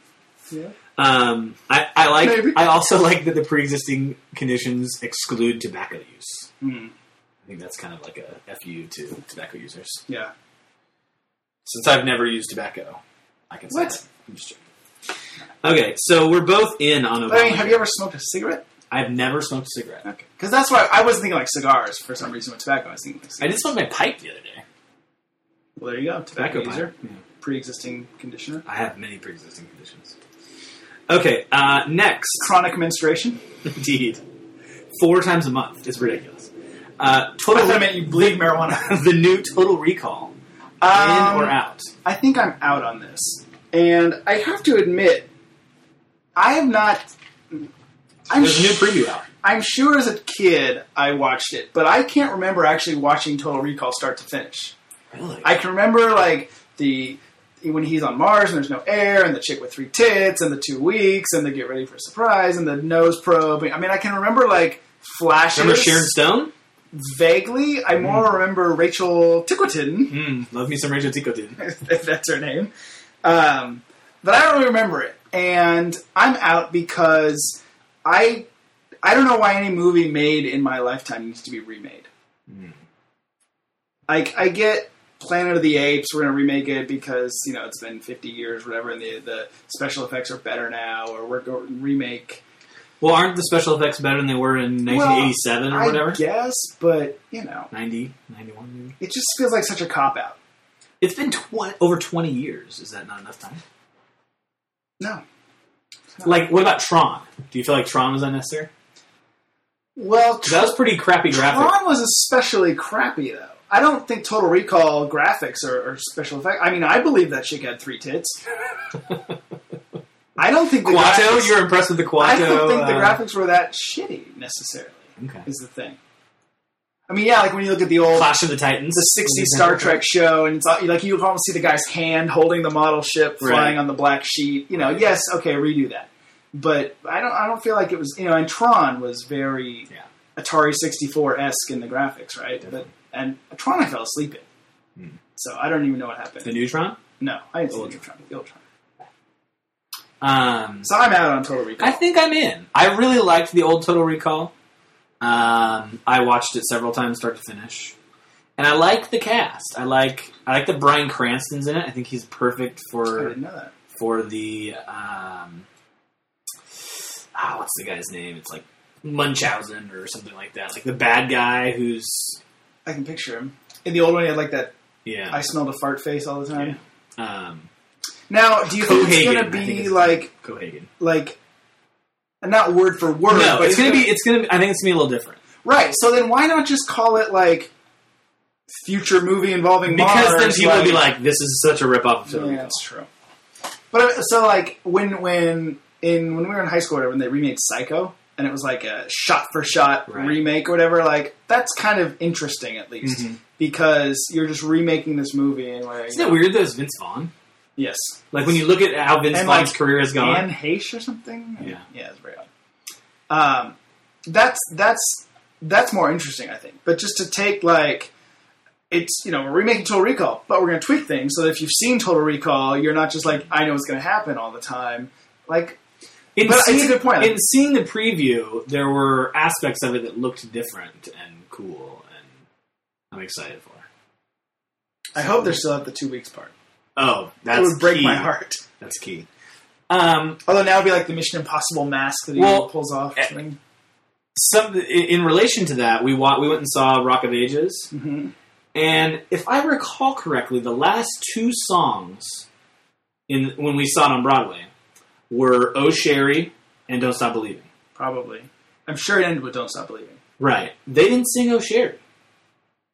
Speaker 1: Yeah.
Speaker 2: Um, I, I like.
Speaker 1: Maybe.
Speaker 2: I also like that the pre-existing conditions exclude tobacco use.
Speaker 1: Hmm.
Speaker 2: I think that's kind of like a fu to tobacco users.
Speaker 1: Yeah.
Speaker 2: Since I've never used tobacco, I can say
Speaker 1: What?
Speaker 2: that. I'm just joking. Okay, so we're both in on
Speaker 1: But I mean,
Speaker 2: Obamacare.
Speaker 1: have you ever smoked a cigarette?
Speaker 2: I've never smoked a cigarette.
Speaker 1: Okay. Because that's why I wasn't thinking like cigars for some reason with tobacco. I was thinking like
Speaker 2: I
Speaker 1: cigarettes.
Speaker 2: did smoke my pipe the other day.
Speaker 1: Well, there you go. Tobacco,
Speaker 2: Tobacco
Speaker 1: user.
Speaker 2: pipe. Yeah.
Speaker 1: Pre existing conditioner.
Speaker 2: I have many pre-existing conditions. Okay, uh, next.
Speaker 1: Chronic menstruation.
Speaker 2: Indeed. Four times a month. It's ridiculous. Uh,
Speaker 1: I
Speaker 2: total
Speaker 1: thought I meant you bleed marijuana.
Speaker 2: the new Total Recall.
Speaker 1: Um,
Speaker 2: in or out?
Speaker 1: I think I'm out on this. And I have to admit, I have not. I'm
Speaker 2: There's a new
Speaker 1: sh-
Speaker 2: preview out.
Speaker 1: I'm sure as a kid I watched it, but I can't remember actually watching Total Recall start to finish.
Speaker 2: Really?
Speaker 1: I can remember like the when he's on Mars and there's no air, and the chick with three tits, and the two weeks, and the get ready for a surprise, and the nose probe. I mean, I can remember like flashes
Speaker 2: Remember Sharon Stone? Mm-hmm.
Speaker 1: vaguely. I more remember Rachel Tickleton,
Speaker 2: Mm, love me some Rachel Ticotin.
Speaker 1: if that's her name. Um, but I don't really remember it, and I'm out because I I don't know why any movie made in my lifetime needs to be remade.
Speaker 2: Hmm.
Speaker 1: Like I get Planet of the Apes, we're gonna remake it because you know it's been 50 years, whatever, and the the special effects are better now, or we're going to remake.
Speaker 2: Well, aren't the special effects better than they were in 1987 or
Speaker 1: I
Speaker 2: whatever?
Speaker 1: guess, but you know,
Speaker 2: 90, 91 maybe?
Speaker 1: it just feels like such a cop out.
Speaker 2: It's been tw- over 20 years. Is that not enough time?
Speaker 1: No.
Speaker 2: Like, what about Tron? Do you feel like Tron was unnecessary?
Speaker 1: Well,
Speaker 2: 'Cause That was pretty crappy graphic.
Speaker 1: Tron was especially crappy though. I don't think Total Recall graphics or, or special effects. I mean, I believe that chick had three tits. I don't think the
Speaker 2: Quato?
Speaker 1: graphics,
Speaker 2: You're impressed with the Quato?
Speaker 1: I don't think the
Speaker 2: uh,
Speaker 1: graphics were that shitty necessarily.
Speaker 2: Okay.
Speaker 1: Is the thing. I mean, yeah, like when you look at the old
Speaker 2: Clash of the Titans.
Speaker 1: the '60s Star Trek show, and it's all, like you almost see the guy's hand holding the model ship flying
Speaker 2: Right.
Speaker 1: on the black sheet. You know, yes, okay, redo that. But I don't. I don't feel like it was. You know, and Tron was very
Speaker 2: Yeah.
Speaker 1: Atari 64 esque in the graphics, right? But and Tron, I fell asleep in.
Speaker 2: Hmm.
Speaker 1: So I don't even know what happened.
Speaker 2: The Neutron?
Speaker 1: no, I didn't see
Speaker 2: Old.
Speaker 1: Ultron. Ultron.
Speaker 2: Um,
Speaker 1: So I'm out on Total Recall.
Speaker 2: I think I'm in. I really liked the old Total Recall. Um, I watched it several times, start to finish, and I like the cast. I like I like that Brian Cranston's in it. I think he's perfect
Speaker 1: I
Speaker 2: for
Speaker 1: didn't know that.
Speaker 2: for the um, ah, what's the guy's name? It's like Munchausen or something like that. Like the bad guy who's
Speaker 1: I can picture him in the old one. He had like that. I
Speaker 2: yeah.
Speaker 1: smelled a fart face all the time.
Speaker 2: Yeah. Um,
Speaker 1: Now, do you think it's
Speaker 2: Cohagen,
Speaker 1: going
Speaker 2: I
Speaker 1: to
Speaker 2: think
Speaker 1: be
Speaker 2: it's-
Speaker 1: like
Speaker 2: Cohagen.
Speaker 1: like not word for word,
Speaker 2: No,
Speaker 1: but
Speaker 2: it's gonna be. It's gonna. Be, I think it's gonna be a little different.
Speaker 1: right. So then why not just call it like future movie involving
Speaker 2: Because then
Speaker 1: Mars,
Speaker 2: people will be like, "This is such a rip off of Total
Speaker 1: yeah,
Speaker 2: Recall."
Speaker 1: that's true. But uh, so like when when in when we were in high school, or whatever, when they remade Psycho. And it was like a shot for shot
Speaker 2: Right.
Speaker 1: remake or whatever. Like that's kind of interesting, at least,
Speaker 2: Mhm.
Speaker 1: because you're just remaking this movie and like
Speaker 2: Isn't it weird that it's Vince Vaughn?
Speaker 1: yes,
Speaker 2: Like when you look at how Vince
Speaker 1: And,
Speaker 2: Vaughn's
Speaker 1: like,
Speaker 2: career has gone.
Speaker 1: Anne Heche or something.
Speaker 2: Yeah.
Speaker 1: yeah, it's very odd. Um, that's that's that's more interesting, I think. But just to take like it's you know we're remaking Total Recall, but we're going to tweak things so that if you've seen Total Recall, you're not just like I know it's going to happen all the time. Like
Speaker 2: in
Speaker 1: but it's a good point.
Speaker 2: In seeing the preview, there were aspects of it that looked different and cool, and I'm excited for. it.
Speaker 1: I hope they're still at the two weeks part.
Speaker 2: Oh, that's
Speaker 1: it would break
Speaker 2: key.
Speaker 1: my heart.
Speaker 2: That's key. Um,
Speaker 1: Although now it'd be like the Mission Impossible mask that he
Speaker 2: Well,
Speaker 1: pulls off. Or
Speaker 2: eh,
Speaker 1: something.
Speaker 2: some in, in relation to that, we wa- we went and saw Rock of Ages.
Speaker 1: hmm
Speaker 2: And if I recall correctly, the last two songs in when we saw it on Broadway were "Oh Sherry" and "Don't Stop Believing."
Speaker 1: Probably. I'm sure it ended with "Don't Stop Believing."
Speaker 2: Right? They didn't sing "Oh Sherry."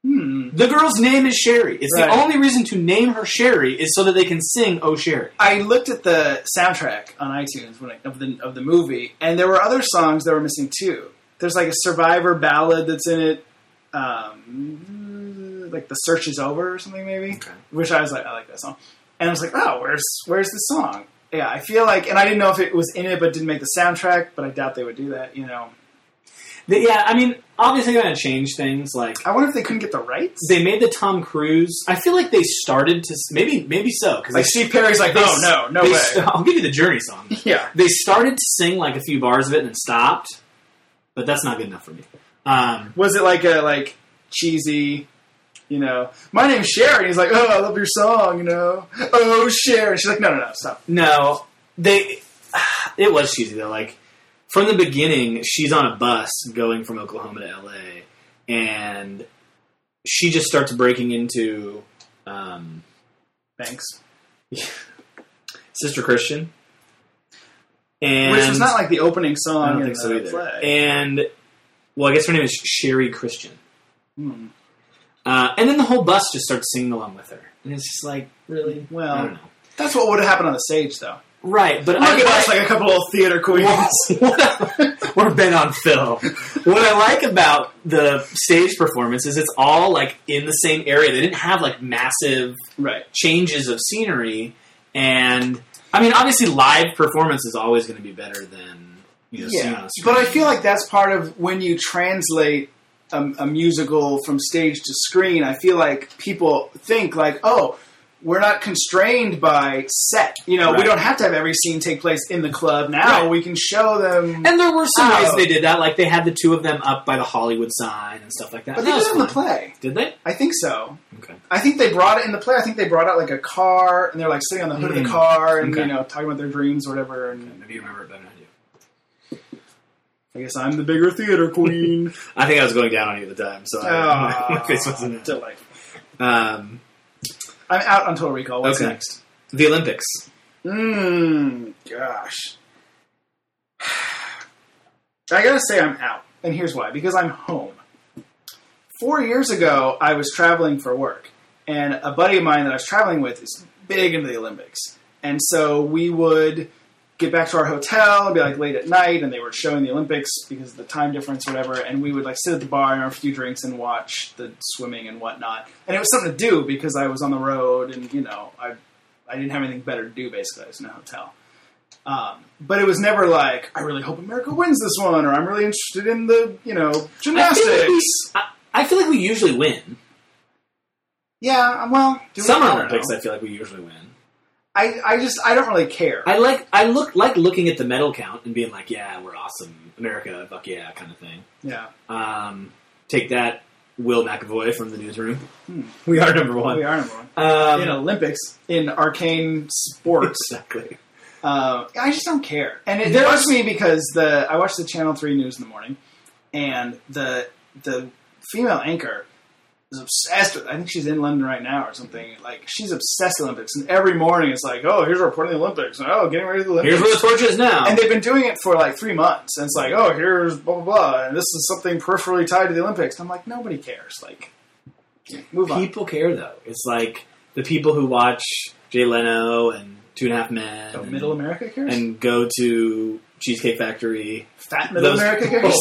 Speaker 1: Hmm.
Speaker 2: The girl's name is Sherry. It's
Speaker 1: Right.
Speaker 2: the only reason to name her Sherry is so that they can sing "Oh Sherry."
Speaker 1: I looked at the soundtrack on iTunes when I, of the of the movie, and there were other songs that were missing too. There's like a Survivor ballad that's in it, um, like "The Search Is Over" or something maybe.
Speaker 2: Okay.
Speaker 1: Which I was like, I like that song, and I was like, oh, where's where's the song? Yeah, I feel like, and I didn't know if it was in it, but didn't make the soundtrack. But I doubt they would do that. You know,
Speaker 2: They- yeah, I mean, obviously they're gonna change things. Like
Speaker 1: I wonder if they couldn't get the rights.
Speaker 2: they made the Tom Cruise. I feel like they started to s- maybe maybe so because
Speaker 1: Like Steve Perry's like, oh no, no way.
Speaker 2: I'll give you the Journey song.
Speaker 1: yeah,
Speaker 2: they started to sing like a few bars of it and then stopped, but that's not good enough for me. Um,
Speaker 1: was it like a like cheesy you know my name's sherry he's like oh i love your song you know oh sherry she's like no no no stop
Speaker 2: no, they. It was cheesy though. Like from the beginning, she's on a bus going from Oklahoma to L.A. and she just starts breaking into um,
Speaker 1: thanks
Speaker 2: Sister Christian, and
Speaker 1: which was not like the opening song
Speaker 2: I don't
Speaker 1: in
Speaker 2: think so
Speaker 1: the
Speaker 2: either.
Speaker 1: play.
Speaker 2: And well, I guess her name is Sherry Christian.
Speaker 1: Hmm.
Speaker 2: Uh, and then the whole bus just starts singing along with her, and it's just like really.
Speaker 1: Well,
Speaker 2: I don't know.
Speaker 1: that's what would have happened on the stage though
Speaker 2: Right, Hmm. but
Speaker 1: look
Speaker 2: I
Speaker 1: at us like a couple of theater queens
Speaker 2: We're bent on Phil. what I like about the stage performance is it's all like in the same area. They didn't have like massive
Speaker 1: Right.
Speaker 2: changes of scenery, and I mean, obviously, live performance is always going to be better than you know, seen on
Speaker 1: Yeah,
Speaker 2: a
Speaker 1: but I
Speaker 2: screen.
Speaker 1: feel like that's part of when you translate a, a musical from stage to screen. I feel like people think like, oh, we're not constrained by set. You know, we
Speaker 2: Right.
Speaker 1: don't have to have every scene take place in the club. Now
Speaker 2: Right.
Speaker 1: we can show them.
Speaker 2: And there were some ways
Speaker 1: Oh.
Speaker 2: they did that, like they had the two of them up by the Hollywood sign and stuff like that.
Speaker 1: but
Speaker 2: That
Speaker 1: they did
Speaker 2: was
Speaker 1: it in the
Speaker 2: fun.
Speaker 1: play.
Speaker 2: Did they?
Speaker 1: I think so.
Speaker 2: Okay.
Speaker 1: I think they brought it in the play. I think they brought out like a car, and they're like sitting on the hood of
Speaker 2: Mm.
Speaker 1: the car, and
Speaker 2: Okay.
Speaker 1: you know, talking about their dreams or whatever. And
Speaker 2: Maybe you remember it better than I do.
Speaker 1: I guess I'm the bigger theater queen. Ah,
Speaker 2: I think I was going down on you at the time, so
Speaker 1: Oh.
Speaker 2: I, my face wasn't.
Speaker 1: delightful.
Speaker 2: Um,
Speaker 1: I'm out on Total Recall. What's
Speaker 2: Okay.
Speaker 1: next?
Speaker 2: the Olympics.
Speaker 1: Mmm, gosh. I gotta say, I'm out. And here's why because I'm home. Four years ago, I was traveling for work, and a buddy of mine that I was traveling with is big into the Olympics. And so we would get back to our hotel and be like late at night, and they were showing the Olympics because of the time difference, whatever. And we would like sit at the bar and have a few drinks and watch the swimming and whatnot. And it was something to do because I was on the road, and you know, I I didn't have anything better to do. Basically, I was in a hotel. Um, but it was never like I really hope America wins this one, or I'm really interested in the you know gymnastics.
Speaker 2: I feel, like we, I, I feel like we usually win.
Speaker 1: yeah, um, well, do we-
Speaker 2: Summer
Speaker 1: I don't
Speaker 2: Olympics,
Speaker 1: know.
Speaker 2: I feel like we usually win.
Speaker 1: I I just I don't really care.
Speaker 2: I like I look like looking at the medal count and being like, yeah, we're awesome, America, fuck yeah, kind of thing.
Speaker 1: yeah,
Speaker 2: Um, take that, Will McAvoy from the newsroom. We are number one.
Speaker 1: Hmm. we are number one
Speaker 2: Um,
Speaker 1: in Olympics in arcane sports.
Speaker 2: exactly.
Speaker 1: Uh, I just don't care, and it bugs me because the I watched the Channel Three news in the morning, and the the female anchor is obsessed with. I think she's in London right now or something. Like she's obsessed with Olympics, and every morning it's like, oh, here's a report on the Olympics. and, Oh, getting ready for the Olympics.
Speaker 2: Here's where the torch is now.
Speaker 1: and they've been doing it for like three months, and it's like, oh, here's blah blah blah, and this is something peripherally tied to the Olympics. And I'm like, nobody cares. Like, move on.
Speaker 2: people care though. It's like the people who watch Jay Leno and Two and a Half Men,
Speaker 1: So
Speaker 2: and,
Speaker 1: middle America cares.
Speaker 2: and go to Cheesecake Factory.
Speaker 1: Fat middle
Speaker 2: those
Speaker 1: America
Speaker 2: people.
Speaker 1: cares.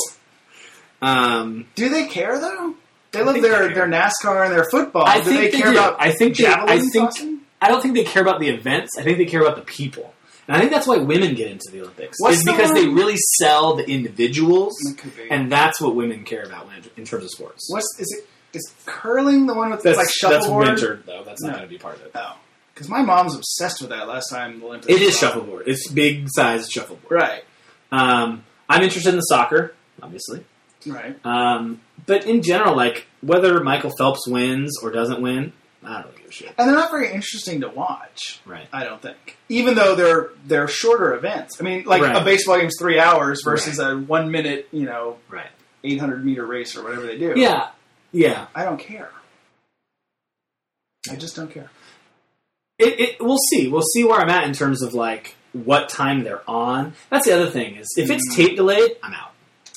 Speaker 2: Um,
Speaker 1: Do they care though? They
Speaker 2: I
Speaker 1: love
Speaker 2: think
Speaker 1: their,
Speaker 2: they
Speaker 1: their
Speaker 2: care.
Speaker 1: NASCAR and their football.
Speaker 2: I
Speaker 1: do
Speaker 2: think
Speaker 1: they,
Speaker 2: they
Speaker 1: care
Speaker 2: do.
Speaker 1: about
Speaker 2: I think they- I
Speaker 1: javelin
Speaker 2: think-
Speaker 1: tossing?
Speaker 2: I don't think they care about the events. I think they care about the people, and I think that's why women get into the Olympics.
Speaker 1: What's
Speaker 2: is
Speaker 1: the
Speaker 2: because
Speaker 1: one-
Speaker 2: they really sell the individuals,
Speaker 1: That could be.
Speaker 2: and that's what women care about when, in terms of sports.
Speaker 1: What's is it? Is curling the one with
Speaker 2: That's
Speaker 1: like
Speaker 2: that's
Speaker 1: shuffleboard?
Speaker 2: winter though. That's not
Speaker 1: No.
Speaker 2: going to be part of it.
Speaker 1: No, because my mom's obsessed with that. Last time the Olympics,
Speaker 2: It is
Speaker 1: was on.
Speaker 2: shuffleboard. It's big sized shuffleboard.
Speaker 1: Right,
Speaker 2: Um, I'm interested in the soccer, obviously.
Speaker 1: right.
Speaker 2: Um, but in general, like whether Michael Phelps wins or doesn't win, I don't really give a shit.
Speaker 1: And they're not very interesting to watch.
Speaker 2: Right.
Speaker 1: I don't think, even though they're they're shorter events. I mean, like
Speaker 2: Right.
Speaker 1: a baseball game's three hours versus a one minute, you know,
Speaker 2: Right.
Speaker 1: eight hundred meter race or whatever they do.
Speaker 2: Yeah. Yeah.
Speaker 1: I don't care. I just don't care.
Speaker 2: It, it. We'll see. We'll see where I'm at in terms of like what time they're on. That's the other thing is if
Speaker 1: Mm-hmm.
Speaker 2: it's tape delayed, I'm out.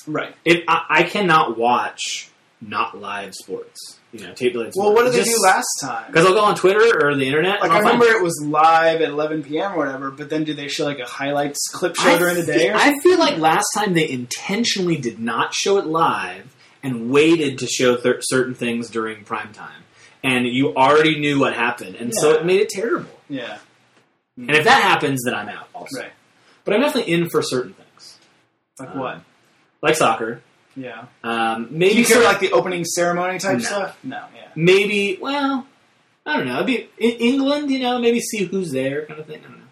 Speaker 1: Right.
Speaker 2: If I, I cannot watch not live sports, you know, tape delayed.
Speaker 1: Well, what did they do last time?
Speaker 2: Because I'll go on Twitter or the internet.
Speaker 1: Like
Speaker 2: and
Speaker 1: I
Speaker 2: I'll find-
Speaker 1: remember it was live at 11 p.m. or whatever, but then do they show like a highlights clip show during the day?
Speaker 2: fe-
Speaker 1: Or something?
Speaker 2: I feel like last time they intentionally did not show it live and waited to show th- certain things during prime time, and you already knew what happened, and so
Speaker 1: Yeah.
Speaker 2: it made it terrible.
Speaker 1: yeah,
Speaker 2: And if that happens, then I'm out. Also,
Speaker 1: right.
Speaker 2: but I'm definitely in for certain things,
Speaker 1: Like
Speaker 2: Um,
Speaker 1: what?
Speaker 2: like soccer.
Speaker 1: Yeah.
Speaker 2: Um,
Speaker 1: Do
Speaker 2: maybe
Speaker 1: you care
Speaker 2: some-
Speaker 1: like the opening ceremony type
Speaker 2: No.
Speaker 1: stuff? No. Yeah.
Speaker 2: maybe well, I don't know. It'd be in England, you know, maybe see who's there, kind of thing. I don't know.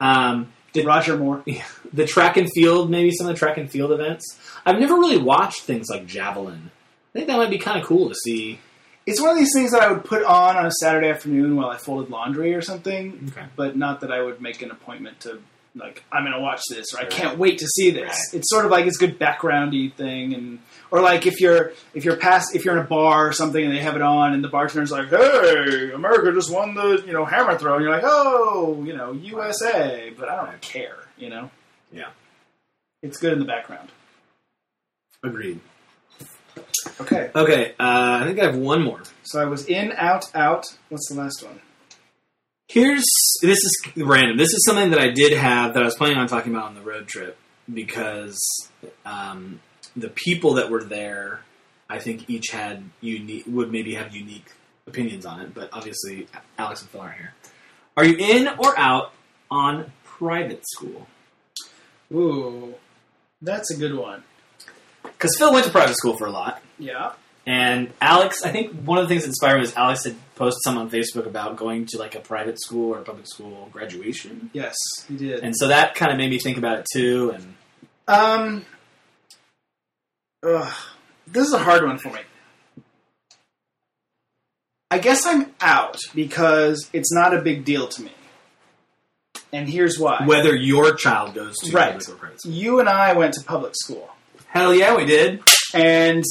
Speaker 2: Um, Did-
Speaker 1: Roger Moore.
Speaker 2: the track and field, maybe some of the track and field events. I've never really watched things like javelin. I think that might be kind of cool to see.
Speaker 1: It's one of these things that I would put on on a Saturday afternoon while I folded laundry or something,
Speaker 2: Okay.
Speaker 1: but not that I would make an appointment to like I'm going to watch this or I
Speaker 2: Right.
Speaker 1: can't wait to see this.
Speaker 2: Right.
Speaker 1: It's sort of like it's a good backgroundy thing and or like if you're if you're past if you're in a bar or something and they have it on and the bartender's like, "Hey, America just won the, you know, hammer throw." And you're like, "Oh, you know, USA," but I don't care, you know.
Speaker 2: Yeah.
Speaker 1: It's good in the background.
Speaker 2: Agreed.
Speaker 1: Okay.
Speaker 2: Okay, uh, I think I have one more.
Speaker 1: So I was in out out. What's the last one?
Speaker 2: Here's this is random. This is something that I did have that I was planning on talking about on the road trip because um, the people that were there, I think each had unique would maybe have unique opinions on it. But obviously, Alex and Phil aren't here. Are you in or out on private school?
Speaker 1: Ooh, that's a good one.
Speaker 2: Because Phil went to private school for a lot.
Speaker 1: Yeah.
Speaker 2: And Alex, I think one of the things that inspired me is Alex had posted something on Facebook about going to like a private school or a public school graduation.
Speaker 1: Yes, you did.
Speaker 2: And so that kind of made me think about it too. And
Speaker 1: Um, ugh, this is a hard one for me. I guess I'm out because it's not a big deal to me. And here's why.
Speaker 2: whether your child goes to
Speaker 1: Right.
Speaker 2: public or private school.
Speaker 1: you and I went to public school.
Speaker 2: Hell yeah, we did.
Speaker 1: And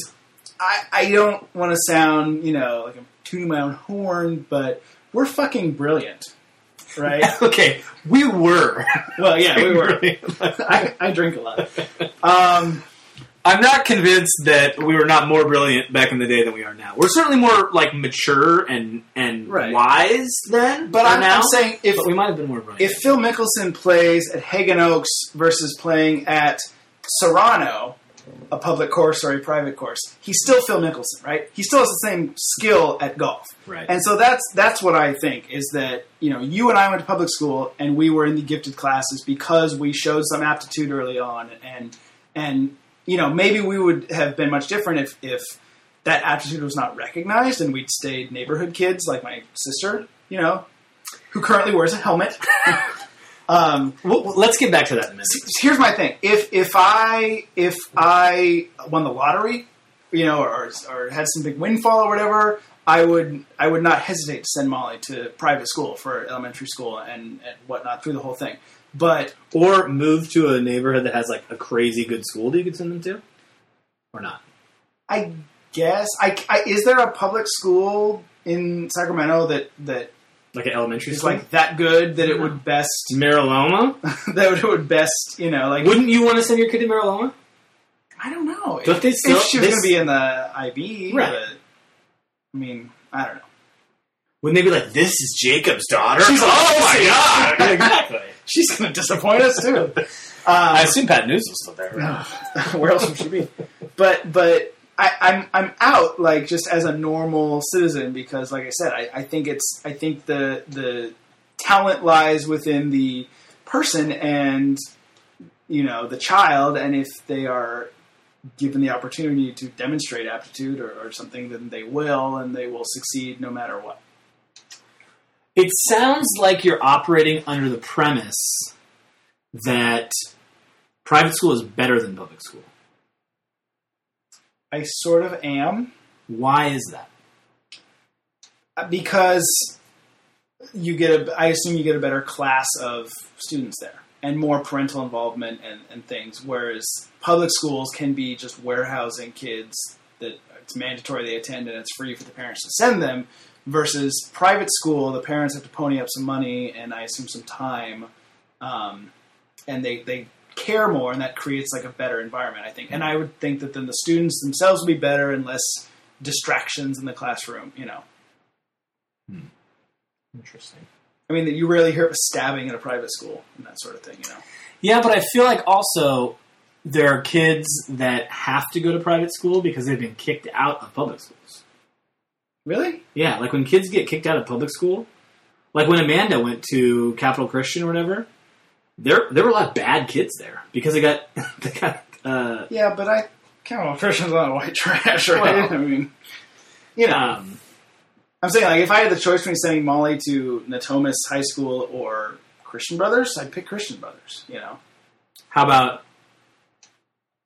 Speaker 1: I, I don't want to sound, you know, like I'm tooting my own horn, but we're fucking brilliant, right?
Speaker 2: okay, we were.
Speaker 1: well, yeah, we were. I, I drink a lot. Um,
Speaker 2: I'm not convinced that we were not more brilliant back in the day than we are now. We're certainly more like mature and and
Speaker 1: Right.
Speaker 2: wise then.
Speaker 1: but
Speaker 2: or
Speaker 1: I'm,
Speaker 2: now,
Speaker 1: I'm saying if
Speaker 2: but we might have been more brilliant.
Speaker 1: if Phil Mickelson plays at Hagen Oaks versus playing at Serrano, a public course or a private course, he's still Phil Mickelson, right? He still has the same skill at golf.
Speaker 2: right.
Speaker 1: And so that's that's what I think is that you know you and I went to public school and we were in the gifted classes because we showed some aptitude early on and and you know maybe we would have been much different if if that aptitude was not recognized and we'd stayed neighborhood kids like my sister you know who currently wears a helmet. um,
Speaker 2: Well, well, let's get back to that in a minute.
Speaker 1: here's my thing: if if I if I won the lottery, you know, or, or had some big windfall or whatever, I would I would not hesitate to send Molly to private school for elementary school and, and whatnot through the whole thing. But
Speaker 2: Or move to a neighborhood that has like a crazy good school that you could send them to, or not.
Speaker 1: I guess I, I is there a public school in Sacramento that that
Speaker 2: Like an elementary
Speaker 1: is
Speaker 2: school,
Speaker 1: like that good that it would best
Speaker 2: Mariloma.
Speaker 1: that it would best you know like
Speaker 2: Wouldn't you want to send your kid to Mariloma?
Speaker 1: I don't know
Speaker 2: Don't
Speaker 1: if,
Speaker 2: they still-
Speaker 1: if she was
Speaker 2: they
Speaker 1: going
Speaker 2: s-
Speaker 1: to be in the IB
Speaker 2: Right.
Speaker 1: but, I mean I don't know.
Speaker 2: Wouldn't they be like, "This is Jacob's daughter"?
Speaker 1: She's a
Speaker 2: oh my god! exactly.
Speaker 1: She's going to disappoint us too.
Speaker 2: I
Speaker 1: Uh,
Speaker 2: assume Pat News was still there. Right?
Speaker 1: where else would she be? But but I, I'm I'm out like just as a normal citizen because like I said I, I think it's I think the the talent lies within the person and you know the child and if they are given the opportunity to demonstrate aptitude or, or something then they will and they will succeed no matter what.
Speaker 2: It sounds like you're operating under the premise that private school is better than public school.
Speaker 1: I sort of am.
Speaker 2: Why is that?
Speaker 1: because you get a i assume you get a better class of students there and more parental involvement and, and things whereas public schools can be just warehousing kids that it's mandatory they attend and it's free for the parents to send them versus private school the parents have to pony up some money and i assume some time um, and they, they care more and that creates like a better environment i think and i would think that then the students themselves will be better and less distractions in the classroom you know
Speaker 2: Interesting.
Speaker 1: I mean, that you rarely hear of a stabbing in a private school and that sort of thing, you know.
Speaker 2: Yeah, but I feel like also there are kids that have to go to private school because they've been kicked out of public schools.
Speaker 1: Really?
Speaker 2: Yeah, like when kids get kicked out of public school, like when Amanda went to Capital Christian or whatever, there there were a lot of bad kids there because they got they got uh,
Speaker 1: Yeah, but I kind of Christian's not white trash, right?
Speaker 2: Well-
Speaker 1: I mean, you know,
Speaker 2: um,
Speaker 1: I'm saying like if I had the choice between sending Molly to Natomas High School or Christian Brothers, I'd pick Christian Brothers. You know,
Speaker 2: how about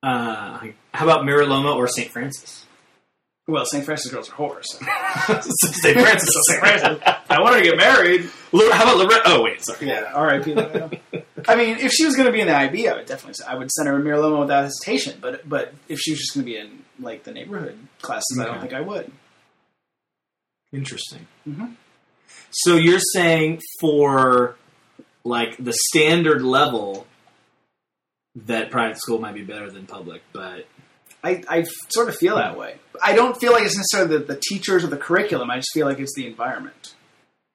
Speaker 2: uh, how about Miraloma or St. Francis?
Speaker 1: well, St. Francis girls are whores. so-
Speaker 2: St. Francis,
Speaker 1: St. Francis. I want her to get married.
Speaker 2: Lore- how about Loretta? Oh wait, sorry.
Speaker 1: Yeah, R.I.P. Loretta. I mean, if she was going to be in the IB, I would definitely say I would send her to Miraloma without hesitation. But but if she was just going to be in like the neighborhood classes, I
Speaker 2: Okay.
Speaker 1: don't think I would.
Speaker 2: Interesting.
Speaker 1: Mhm.
Speaker 2: So you're saying for like the standard level that private school might be better than public, but
Speaker 1: I, I f- sort of feel that way. I don't feel like it's necessarily the, the teachers or the curriculum. I just feel like it's the environment.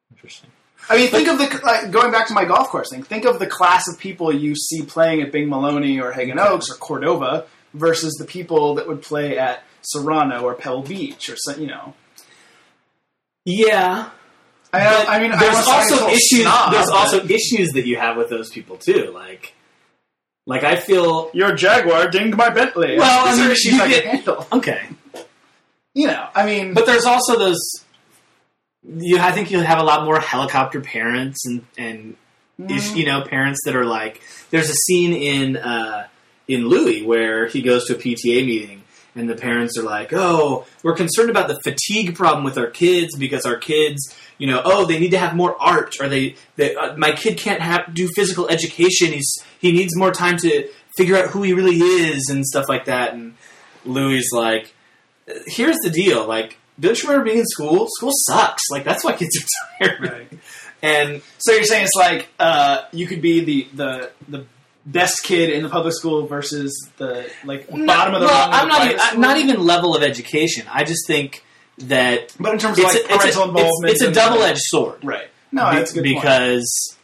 Speaker 2: interesting.
Speaker 1: I mean, think of the like, going back to my Mm-hmm. golf course thing. Think of the class of people you see playing at Bing Maloney or Hagen Oaks or Cordova versus the people that would play at Serrano or Pebble Beach or some, you know.
Speaker 2: Yeah,
Speaker 1: I,
Speaker 2: But
Speaker 1: I mean, I
Speaker 2: there's
Speaker 1: was
Speaker 2: also
Speaker 1: total
Speaker 2: issues.
Speaker 1: snob,
Speaker 2: there's
Speaker 1: but-
Speaker 2: also issues that you have with those people too. Like, like I feel
Speaker 1: your Jaguar dinged my Bentley.
Speaker 2: Well,
Speaker 1: these
Speaker 2: I mean,
Speaker 1: are issues
Speaker 2: you
Speaker 1: I
Speaker 2: get-
Speaker 1: can handle.
Speaker 2: okay,
Speaker 1: You know, I mean,
Speaker 2: but there's also those. You, I think you'll have a lot more helicopter parents and and is- you know parents that are like. There's a scene in uh, in Louis where he goes to a PTA meeting. And the parents are like, "Oh, we're concerned about the fatigue problem with our kids because our kids, you know, oh, they need to have more art, or they, they uh, my kid can't have do physical education. He's he needs more time to figure out who he really is and stuff like that." And Louis is like, here's the deal. Like, don't you remember being in school? School sucks. Like, that's why kids are tired.
Speaker 1: right.
Speaker 2: And
Speaker 1: So you're saying it's like uh, you could be the, the the best kid in the public school versus the like bottom of the rung
Speaker 2: well, I'm
Speaker 1: of the
Speaker 2: not
Speaker 1: private
Speaker 2: even, I-
Speaker 1: school?
Speaker 2: not even level of education. I just think that
Speaker 1: But in terms of
Speaker 2: it's,
Speaker 1: like
Speaker 2: a, it's,
Speaker 1: parental
Speaker 2: a, it's,
Speaker 1: involvement,
Speaker 2: it's a
Speaker 1: and-
Speaker 2: double edged sword.
Speaker 1: Right. No, that's a good point.
Speaker 2: because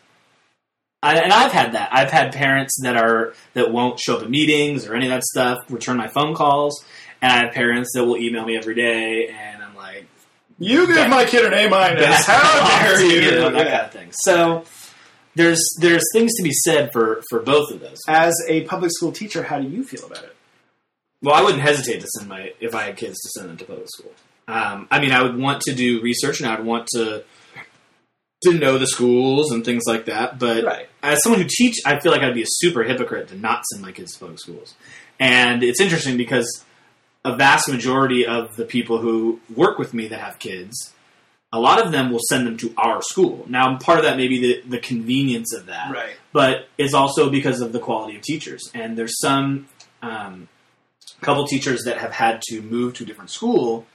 Speaker 2: I, and I've had that. I've had parents that are that won't show up at meetings or any of that stuff, return my phone calls, and I have parents that will email me every day, and I'm like.
Speaker 1: You give
Speaker 2: Back-
Speaker 1: my kid an A minus. How
Speaker 2: Back
Speaker 1: dare
Speaker 2: off,
Speaker 1: you?
Speaker 2: know, that kind of thing. So there's there's things to be said for for both of those.
Speaker 1: As a public school teacher, how do you feel about it?
Speaker 2: Well, I wouldn't hesitate to send my if I had kids to send them to public school. Um, I mean, I would want to do research and I'd want to to know the schools and things like that. But
Speaker 1: Right.
Speaker 2: as someone who teach, I feel like I'd be a super hypocrite to not send my kids to public schools. And it's interesting because a vast majority of the people who work with me that have kids, a lot of them will send them to our school. Now, part of that may be the, the convenience of that,
Speaker 1: Right.
Speaker 2: but it's also because of the quality of teachers. And there's some um, couple teachers that have had to move to a different school,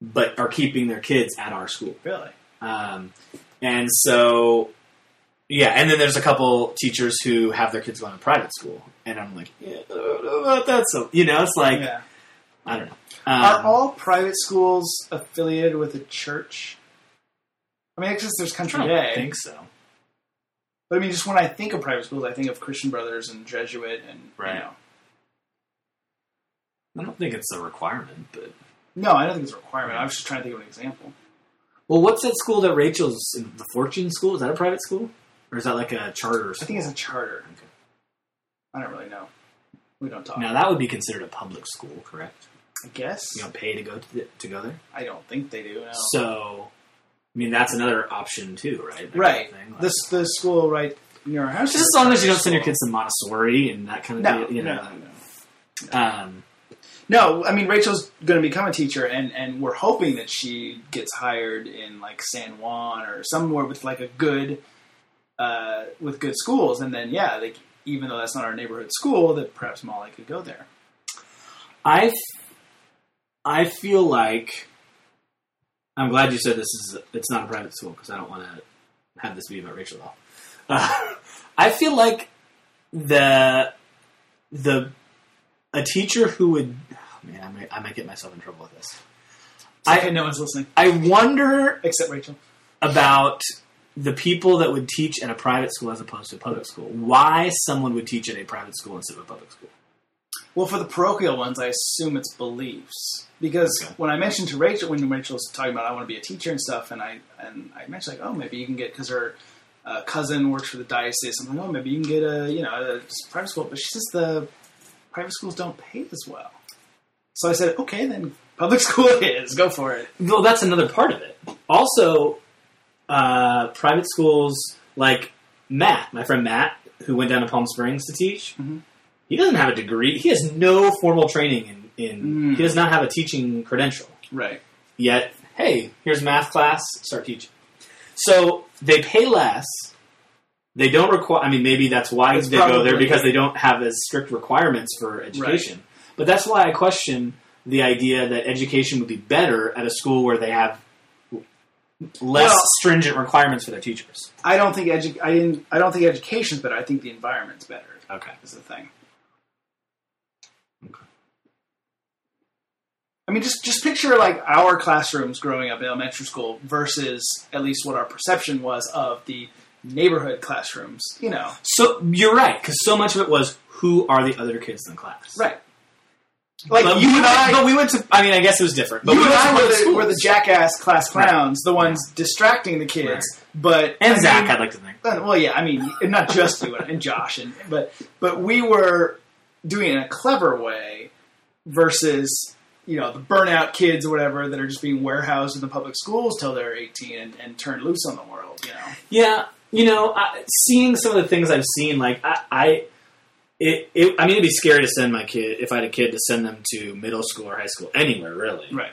Speaker 2: but are keeping their kids at our school.
Speaker 1: Really?
Speaker 2: Um, and so, yeah, and then there's a couple teachers who have their kids going to private school, and I'm like, yeah, I don't know about that. So you know, it's like
Speaker 1: yeah.
Speaker 2: I don't know.
Speaker 1: Are
Speaker 2: Um,
Speaker 1: all private schools affiliated with a church? I mean, I guess there's
Speaker 2: I
Speaker 1: Country
Speaker 2: don't
Speaker 1: Day.
Speaker 2: think so.
Speaker 1: But I mean, just when I think of private schools, I think of Christian Brothers and Jesuit and
Speaker 2: Right.
Speaker 1: you know.
Speaker 2: I don't think it's a requirement, but
Speaker 1: No, I don't think it's a requirement. I was just trying to think of an example.
Speaker 2: well, what's that school that Rachel's in? The Fortune School is that a private school, or is that like a charter?
Speaker 1: I
Speaker 2: School?
Speaker 1: think it's a charter.
Speaker 2: Okay.
Speaker 1: I don't really know. We don't talk.
Speaker 2: Now that would be considered a public school, correct?
Speaker 1: I guess
Speaker 2: You don't pay to go to, the, to go there.
Speaker 1: I don't think they do. No.
Speaker 2: So, I mean, that's another option too, right? That
Speaker 1: right.
Speaker 2: kind of thing, like-
Speaker 1: This the school right near our house.
Speaker 2: Just as long as you don't send your kids to Montessori and that kind of
Speaker 1: No,
Speaker 2: deal, you know.
Speaker 1: no, no.
Speaker 2: Um,
Speaker 1: No, I mean Rachel's going to become a teacher, and and we're hoping that she gets hired in like San Juan or somewhere with like a good, uh, with good schools, and then yeah, like even though that's not our neighborhood school, that perhaps Molly could go there.
Speaker 2: I, f- I feel like I'm glad you said this is it's not a private school because I don't want to have this be about Rachel at all. Uh, I feel like the the a teacher who would oh, man I might, I might get myself in trouble with this.
Speaker 1: I,
Speaker 2: I-
Speaker 1: okay, no one's listening
Speaker 2: I wonder
Speaker 1: except Rachel.
Speaker 2: about the people that would teach at a private school as opposed to a public school. Why someone would teach at a private school instead of a public school?
Speaker 1: Well, for the parochial ones, I assume it's beliefs because
Speaker 2: Okay.
Speaker 1: when I mentioned to Rachel when Rachel's talking about I want to be a teacher and stuff, and I and I mentioned like oh maybe you can get because her uh, cousin works for the diocese. I'm like oh maybe you can get a you know a private school, but she says the private schools don't pay as well. So I said okay then public school it is go for it.
Speaker 2: Well, that's another part of it. Also, uh, private schools like Matt, my friend Matt, who went down to Palm Springs to teach,
Speaker 1: Mhm.
Speaker 2: he doesn't have a degree. He has no formal training in. in
Speaker 1: Mm.
Speaker 2: He does not have a teaching credential.
Speaker 1: Right.
Speaker 2: Yet, hey, here's math class. Start teaching. So they pay less. They don't require. I mean, maybe that's why
Speaker 1: That's
Speaker 2: they go there
Speaker 1: probably-
Speaker 2: because they don't have as strict requirements for education. But that's why I question the idea that education would be better at a school where they have less
Speaker 1: Well-
Speaker 2: stringent requirements for their teachers.
Speaker 1: I don't think edu- I didn't I don't think education's better. I think the environment's better
Speaker 2: Okay.
Speaker 1: is the thing. I mean, just just picture like our classrooms growing up in elementary school versus at least what our perception was of the neighborhood classrooms. You know,
Speaker 2: So you're right because so much of it was who are the other kids in the class.
Speaker 1: right? Like
Speaker 2: But
Speaker 1: you
Speaker 2: we
Speaker 1: and
Speaker 2: went-
Speaker 1: I,
Speaker 2: but we went to. I mean, I guess it was different. But
Speaker 1: you
Speaker 2: we
Speaker 1: and
Speaker 2: went to
Speaker 1: I
Speaker 2: public
Speaker 1: were the,
Speaker 2: schools.
Speaker 1: were the jackass class clowns, the ones distracting the kids. But
Speaker 2: and
Speaker 1: I
Speaker 2: Zach.
Speaker 1: mean,
Speaker 2: I'd like to think.
Speaker 1: Uh, well, yeah, I mean, and not just you and Josh, and but but we were doing it in a clever way versus you know the burnout kids or whatever that are just being warehoused in the public schools till they're eighteen and, and turned loose on the world. You know,
Speaker 2: Yeah, you know, I, seeing some of the things I've seen, like I, I it, it, I mean, it'd be scary to send my kid if I had a kid to send them to middle school or high school anywhere, really.
Speaker 1: right?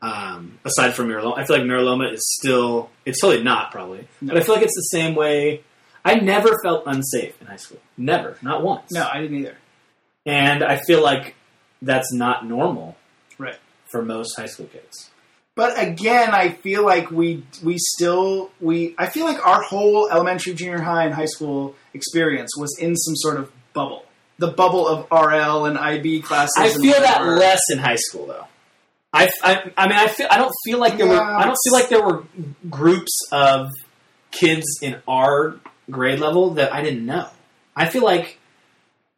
Speaker 2: Um, aside from Miraloma, I feel like Miraloma is still, it's totally not probably,
Speaker 1: No.
Speaker 2: but I feel like it's the same way. I never felt unsafe in high school, never, not once.
Speaker 1: No, I didn't either.
Speaker 2: and I feel like that's not normal,
Speaker 1: Right.
Speaker 2: for most high school kids.
Speaker 1: But again, I feel like we we still we I feel like our whole elementary, junior high, and high school experience was in some sort of bubble. The bubble of RL and IB classes.
Speaker 2: I
Speaker 1: and
Speaker 2: feel that
Speaker 1: whatever.
Speaker 2: less in high school though. I, I, I mean I feel I don't feel like there were
Speaker 1: Yeah,
Speaker 2: I don't feel like there were groups of kids in our grade level that I didn't know. I feel like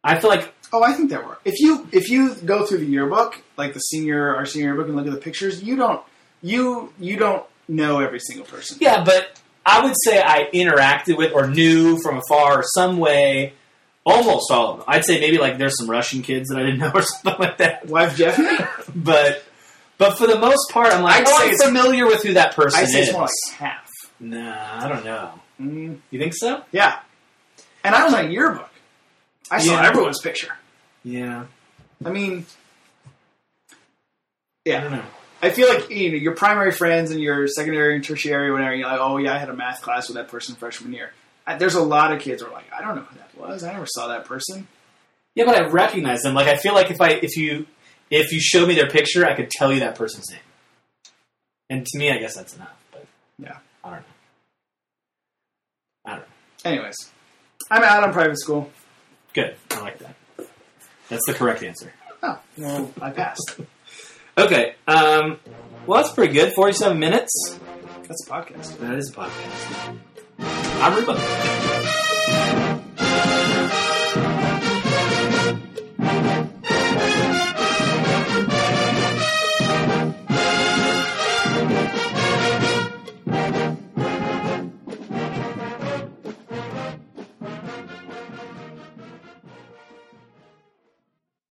Speaker 2: I feel like
Speaker 1: Oh, I think there were. If you if you go through the yearbook, like the senior our senior yearbook, and look at the pictures, you don't you you don't know every single person.
Speaker 2: yeah, but I would say I interacted with or knew from afar or some way almost all of them. I'd say maybe like there's some Russian kids that I didn't know or something like that.
Speaker 1: Wife Jeff,
Speaker 2: But but for the most part I'm like
Speaker 1: I'd
Speaker 2: oh,
Speaker 1: say
Speaker 2: I'm
Speaker 1: it's-
Speaker 2: familiar with who that person
Speaker 1: I say
Speaker 2: is.
Speaker 1: it's more like half.
Speaker 2: nah, I don't know.
Speaker 1: Mm,
Speaker 2: You think so?
Speaker 1: yeah, and I was on a yearbook. I saw
Speaker 2: Yeah.
Speaker 1: everyone's picture.
Speaker 2: Yeah.
Speaker 1: I mean,
Speaker 2: I don't
Speaker 1: yeah,
Speaker 2: know.
Speaker 1: I feel like you know your primary friends and your secondary and tertiary, whatever. You're like, oh yeah, I had a math class with that person freshman year. I, there's a lot of kids who are like, I don't know who that was. I never saw that person.
Speaker 2: Yeah, but I recognize them. Like I feel like if I if you if you show me their picture, I could tell you that person's name. And to me, I guess that's enough. But
Speaker 1: Yeah.
Speaker 2: I don't know. I don't know.
Speaker 1: Anyways, I'm out on private school.
Speaker 2: Good. I like that. That's the correct answer.
Speaker 1: Oh, well, I passed.
Speaker 2: Okay. Um, well, that's pretty good. Forty-seven minutes.
Speaker 1: That's a podcast.
Speaker 2: That is a podcast. I'm Reba.